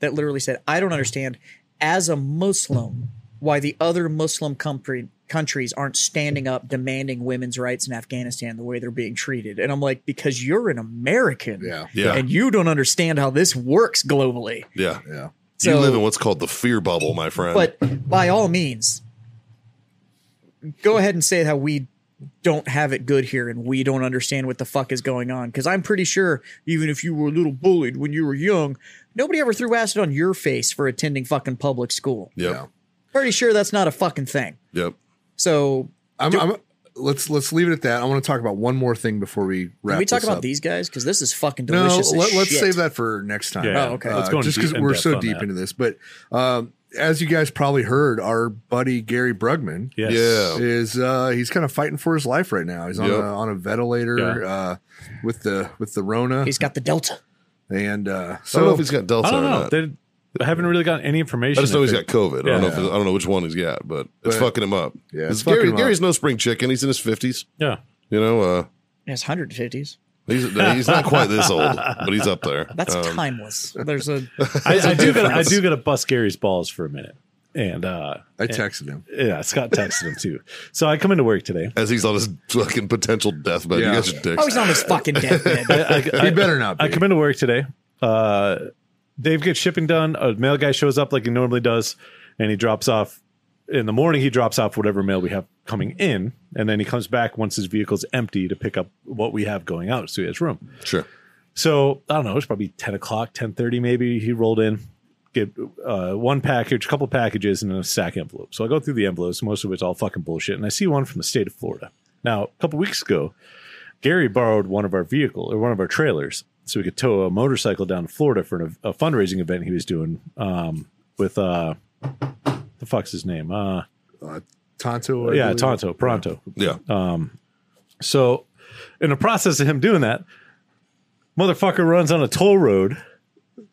that literally said, "I don't understand as a Muslim why the other Muslim country countries aren't standing up demanding women's rights in Afghanistan the way they're being treated." And I'm like, "Because you're an American." Yeah. yeah And you don't understand how this works globally. yeah Yeah. So, you live in what's called the fear bubble my friend but by all means, go ahead and say how we don't have it good here and we don't understand what the fuck is going on. Because I'm pretty sure, even if you were a little bullied when you were young, nobody ever threw acid on your face for attending fucking public school. yep Yeah. Pretty sure that's not a fucking thing. yep So, I'm, I'm, let's let's leave it at that. I want to talk about one more thing before we wrap. can we talk this about up. these guys? Because this is fucking No, delicious. as let, us shit. save that for next time. Yeah. Oh, okay. Uh, Let's go in just deep- because in we're depth so on deep that. into this, but um, as you guys probably heard, our buddy Gary Brugman Yes. Yeah. is uh, he's kind of fighting for his life right now. He's on Yep. a, on a ventilator Yeah. uh, with the with the Rona, He's got the Delta. and uh, i don't know so if he's got delta I don't or know. not They I haven't really gotten any information. I just know if he's it- got COVID. I don't know. If, Yeah. I don't know which one he's got, but it's But- fucking him up. Yeah, It's it's fucking Gary, him up. Gary's no spring chicken. He's in his fifties. Yeah. You know, uh, It's 150s. he's he's not quite this old, but he's up there. That's Um, timeless. There's a I, I do got I do got to bust Gary's balls for a minute. And uh I texted him. yeah, Scott texted him too. So I come into work today. as he's on his fucking potential deathbed. You Yeah. guys are dicks. oh, he's on his fucking deathbed. I, I, He I- better not. Be. I come into work today. Uh, Dave gets shipping done. A mail guy shows up like he normally does, and he drops off in the morning. He drops off whatever mail we have coming in, and then he comes back once his vehicle's empty to pick up what we have going out, so he has room. Sure. So I don't know. It's probably ten o'clock, ten thirty, maybe. He rolled in, get uh, one package, couple packages, and then a sack envelope. So I go through the envelopes. Most of it's all fucking bullshit, and I see one from the state of Florida. Now, a couple weeks ago, Gary borrowed one of our vehicle or one of our trailers so we could tow a motorcycle down to Florida for an, a fundraising event he was doing um, with uh, the fuck's his name, uh, Tonto. I yeah, believe. Tonto, Pronto. Yeah. So, in the process of him doing that, motherfucker runs on a toll road,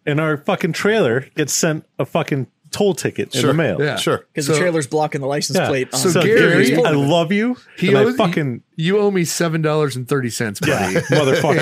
and our fucking trailer gets sent a fucking toll ticket in the mail. Yeah. Sure. because So- the trailer's blocking the license Yeah. plate. on So, it. Gary, Gary- I love you. He and I owes, fucking you owe me seven dollars and thirty cents, buddy. yeah, motherfucker.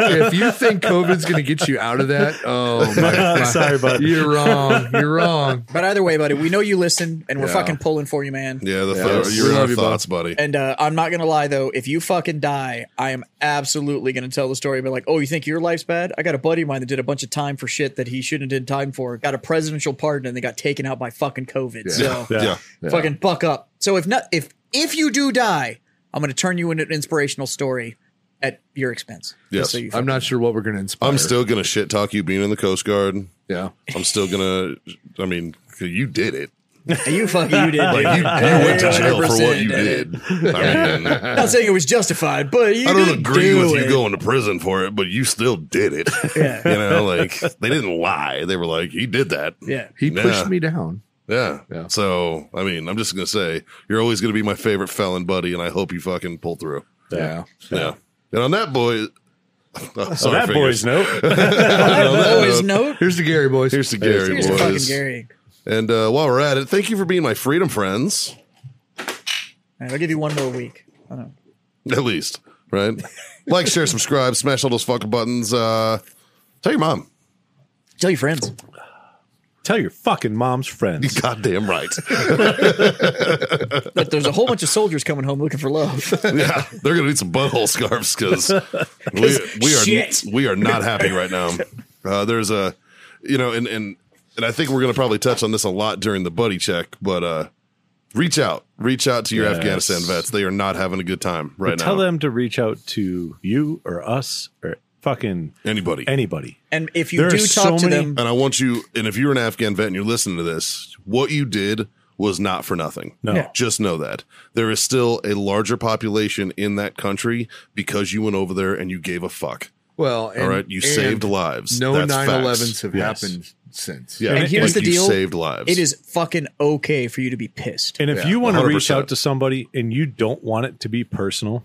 And if you think COVID's going to get you out of that, oh my, my- Sorry, bud. you're wrong. You're wrong. but either way, buddy, we know you listen, and we're Yeah. fucking pulling for you, man. Yeah. The Yeah. thought- you're in Love our you, bud. thoughts, buddy. And uh, I'm not gonna lie though, if you fucking die, I am absolutely gonna tell the story. But like, oh, you think your life's bad? I got a buddy of mine that did a bunch of time for shit that he shouldn't have did time for. Got a presidential pardon, and they got taken out by fucking COVID. So Yeah. Yeah. fucking buck up. So if not, if if you do die, I'm gonna turn you into an inspirational story at your expense. Yes. Just so you I'm not sure what we're going to inspire. I'm still gonna shit talk you being in the Coast Guard. yeah. I'm still gonna. I mean, you did it. You fucking you did. Like dude. you, you went to jail for what 100% you did. I mean, Not saying it was justified, but you I did don't agree do with you it. going to prison for it, but you still did it. Yeah. You know, like they didn't lie. They were like, he did that. Yeah. He Nah. pushed me down. Yeah. Yeah. So, I mean, I'm just going to say, you're always going to be my favorite felon buddy, and I hope you fucking pull through. Yeah. Yeah. And on that boy, oh, So sorry, that fingers. boy's note. On that Always note, note. Here's the Gary boys. Here's to Gary, Here's boys. fucking Gary. And uh, while we're at it, thank you for being my freedom friends, All right, I'll give you one more week. at least, right? like, share, subscribe, smash all those fucking buttons. Uh, tell your mom. Tell your friends. Tell your fucking mom's friends. Goddamn right. But there's a whole bunch of soldiers coming home looking for love. Yeah, they're gonna need some butthole scarves because we, we are shit. we are not happy right now. Uh, there's a, you know, and and and I think we're gonna probably touch on this a lot during the buddy check, but uh, reach out, reach out to your Yes. Afghanistan vets. They are not having a good time right now. Tell them to reach out to you or us or fucking anybody. anybody. And if you There are do talk so to many- them, and I want you, and if you're an Afghan vet and you're listening to this, what you did was not for nothing. No. Yeah. Just know that. There is still a larger population in that country because you went over there and you gave a fuck. well, and, All right, you and saved lives. No That's 9/11s facts. have Yes. happened since. Yeah, And here's the you deal. saved lives. it is fucking okay for you to be pissed. And if Yeah, you want to reach 100%. out to somebody and you don't want it to be personal,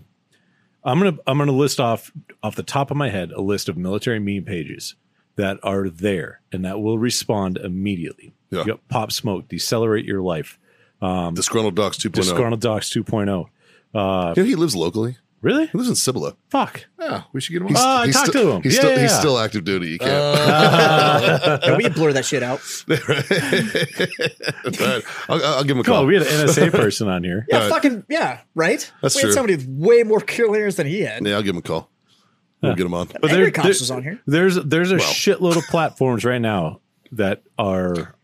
I'm gonna I'm gonna list off off the top of my head a list of military meme pages that are there and that will respond immediately. Yeah. You got Pop Smoke, Decelerate Your Life, Um, disgruntled docs 2.0. Disgruntled Docs 2.0. You know, he lives locally. Really? He lives in Cibolo. Fuck. Yeah, we should get him He's- on. Oh, I he's talked still- to him. He's, Yeah, still, yeah, he's yeah. still active duty. You can't. Yeah, we can blur that shit out. But I'll, I'll give him a Come call. on, we had an NSA person on here. Yeah, All right. fucking yeah, right. That's we true. had somebody with way more kill than he had. yeah, I'll give him a call. We'll get him on. But Angry Cops was on here. There's there's a shitload of platforms right now that are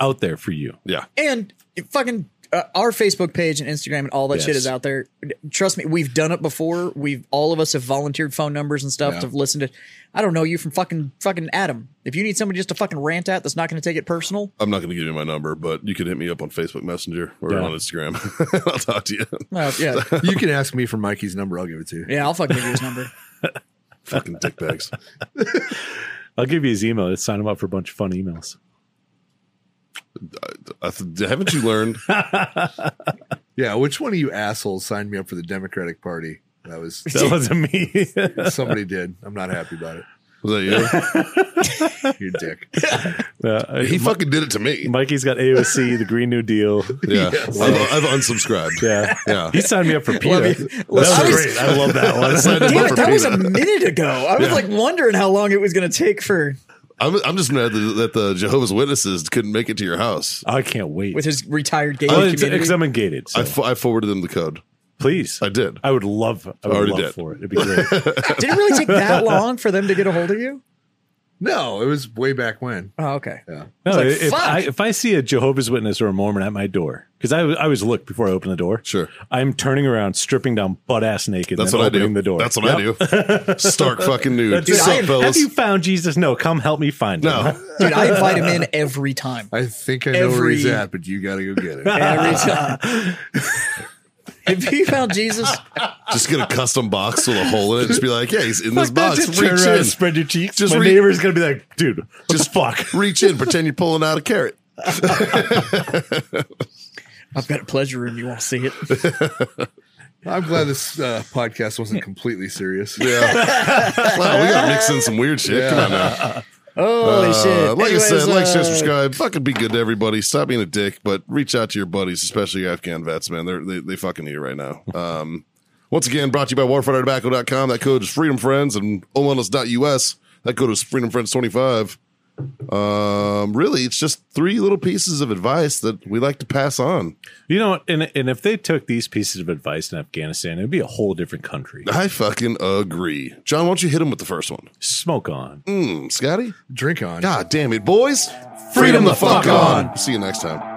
out there for you. Yeah. And fucking uh, our Facebook page and Instagram and all that Yes. shit is out there. Trust me, we've done it before. We've all of us have volunteered phone numbers and stuff Yeah. to listen to. I don't know you from fucking fucking Adam. If you need somebody just to fucking rant at that's not going to take it personal, I'm not going to give you my number, but you could hit me up on Facebook Messenger or Yeah. on Instagram. I'll talk to you. well, yeah, You can ask me for Mikey's number. I'll give it to you. yeah, I'll fucking give you his number. Fucking dickbags. I'll give you his email. Let's sign him up for a bunch of fun emails. I th- haven't you learned? Yeah, which one of you assholes signed me up for the Democratic Party? That was That wasn't me. somebody did. I'm not happy about it. Was that you? You dick. Uh, He Mi- fucking did it to me. Mikey's got AOC, the Green New Deal. Yeah. I've, I've unsubscribed. Yeah. Yeah. He signed me up for PETA. that was I was- great. I love that one. signed him Damn up it, for that was PETA. a minute ago. I was like wondering how long it was going to take for I'm, I'm just mad that, that the Jehovah's Witnesses couldn't make it to your house. I can't wait. with his retired gay Well, Oh, it's- community. Because I'm engated. So I fo- I forwarded them the code. please. I did. I would love. I would already love did. for it. It'd be great. Did it really take that long for them to get a hold of you? No, it was way back when. Oh, okay. No, like, if fuck. I if I see a Jehovah's Witness or a Mormon at my door, because I, I always look before I open the door. Sure. I'm turning around, stripping down butt ass naked. That's then what I opening do. The door. That's what Yep. I do. Stark fucking nude. Dude, What's I up, am- fellas? Have you found Jesus? No, come help me find him. no, Dude, I invite him in every time. I think I know where he's Every- at, but you got to go get it. Every time. If you found Jesus, just get a custom box with a hole in it. Just be like, yeah, he's in this Fuck that box. shit. Reach Turn around, in, spread your cheeks. Just My re- neighbor's gonna be like, dude, what just fuck. reach in, pretend you're pulling out a carrot. I've got a pleasure room. You won't see it. I'm glad this uh, podcast wasn't completely serious. Yeah. wow, we gotta mix in some weird shit. Come on now. Holy Uh, shit! Like I Anyways, said, like, share, uh, subscribe. Fucking be good to everybody. Stop being a dick, but reach out to your buddies, especially your Afghan vets, man. They're, they they fucking need it right now. Um, once again, brought to you by warfightertobacco.com. That code is freedom friends and olanus.us. That code is freedom friends 25. Um, really, it's just three little pieces of advice that we like to pass on. You know, what? and and if they took these pieces of advice in Afghanistan, it'd be a whole different country. I fucking agree. John, why don't you hit him with the first one? Smoke on. Mm, Scotty? Drink on. God damn it, boys. Freedom the fuck on. See you next time.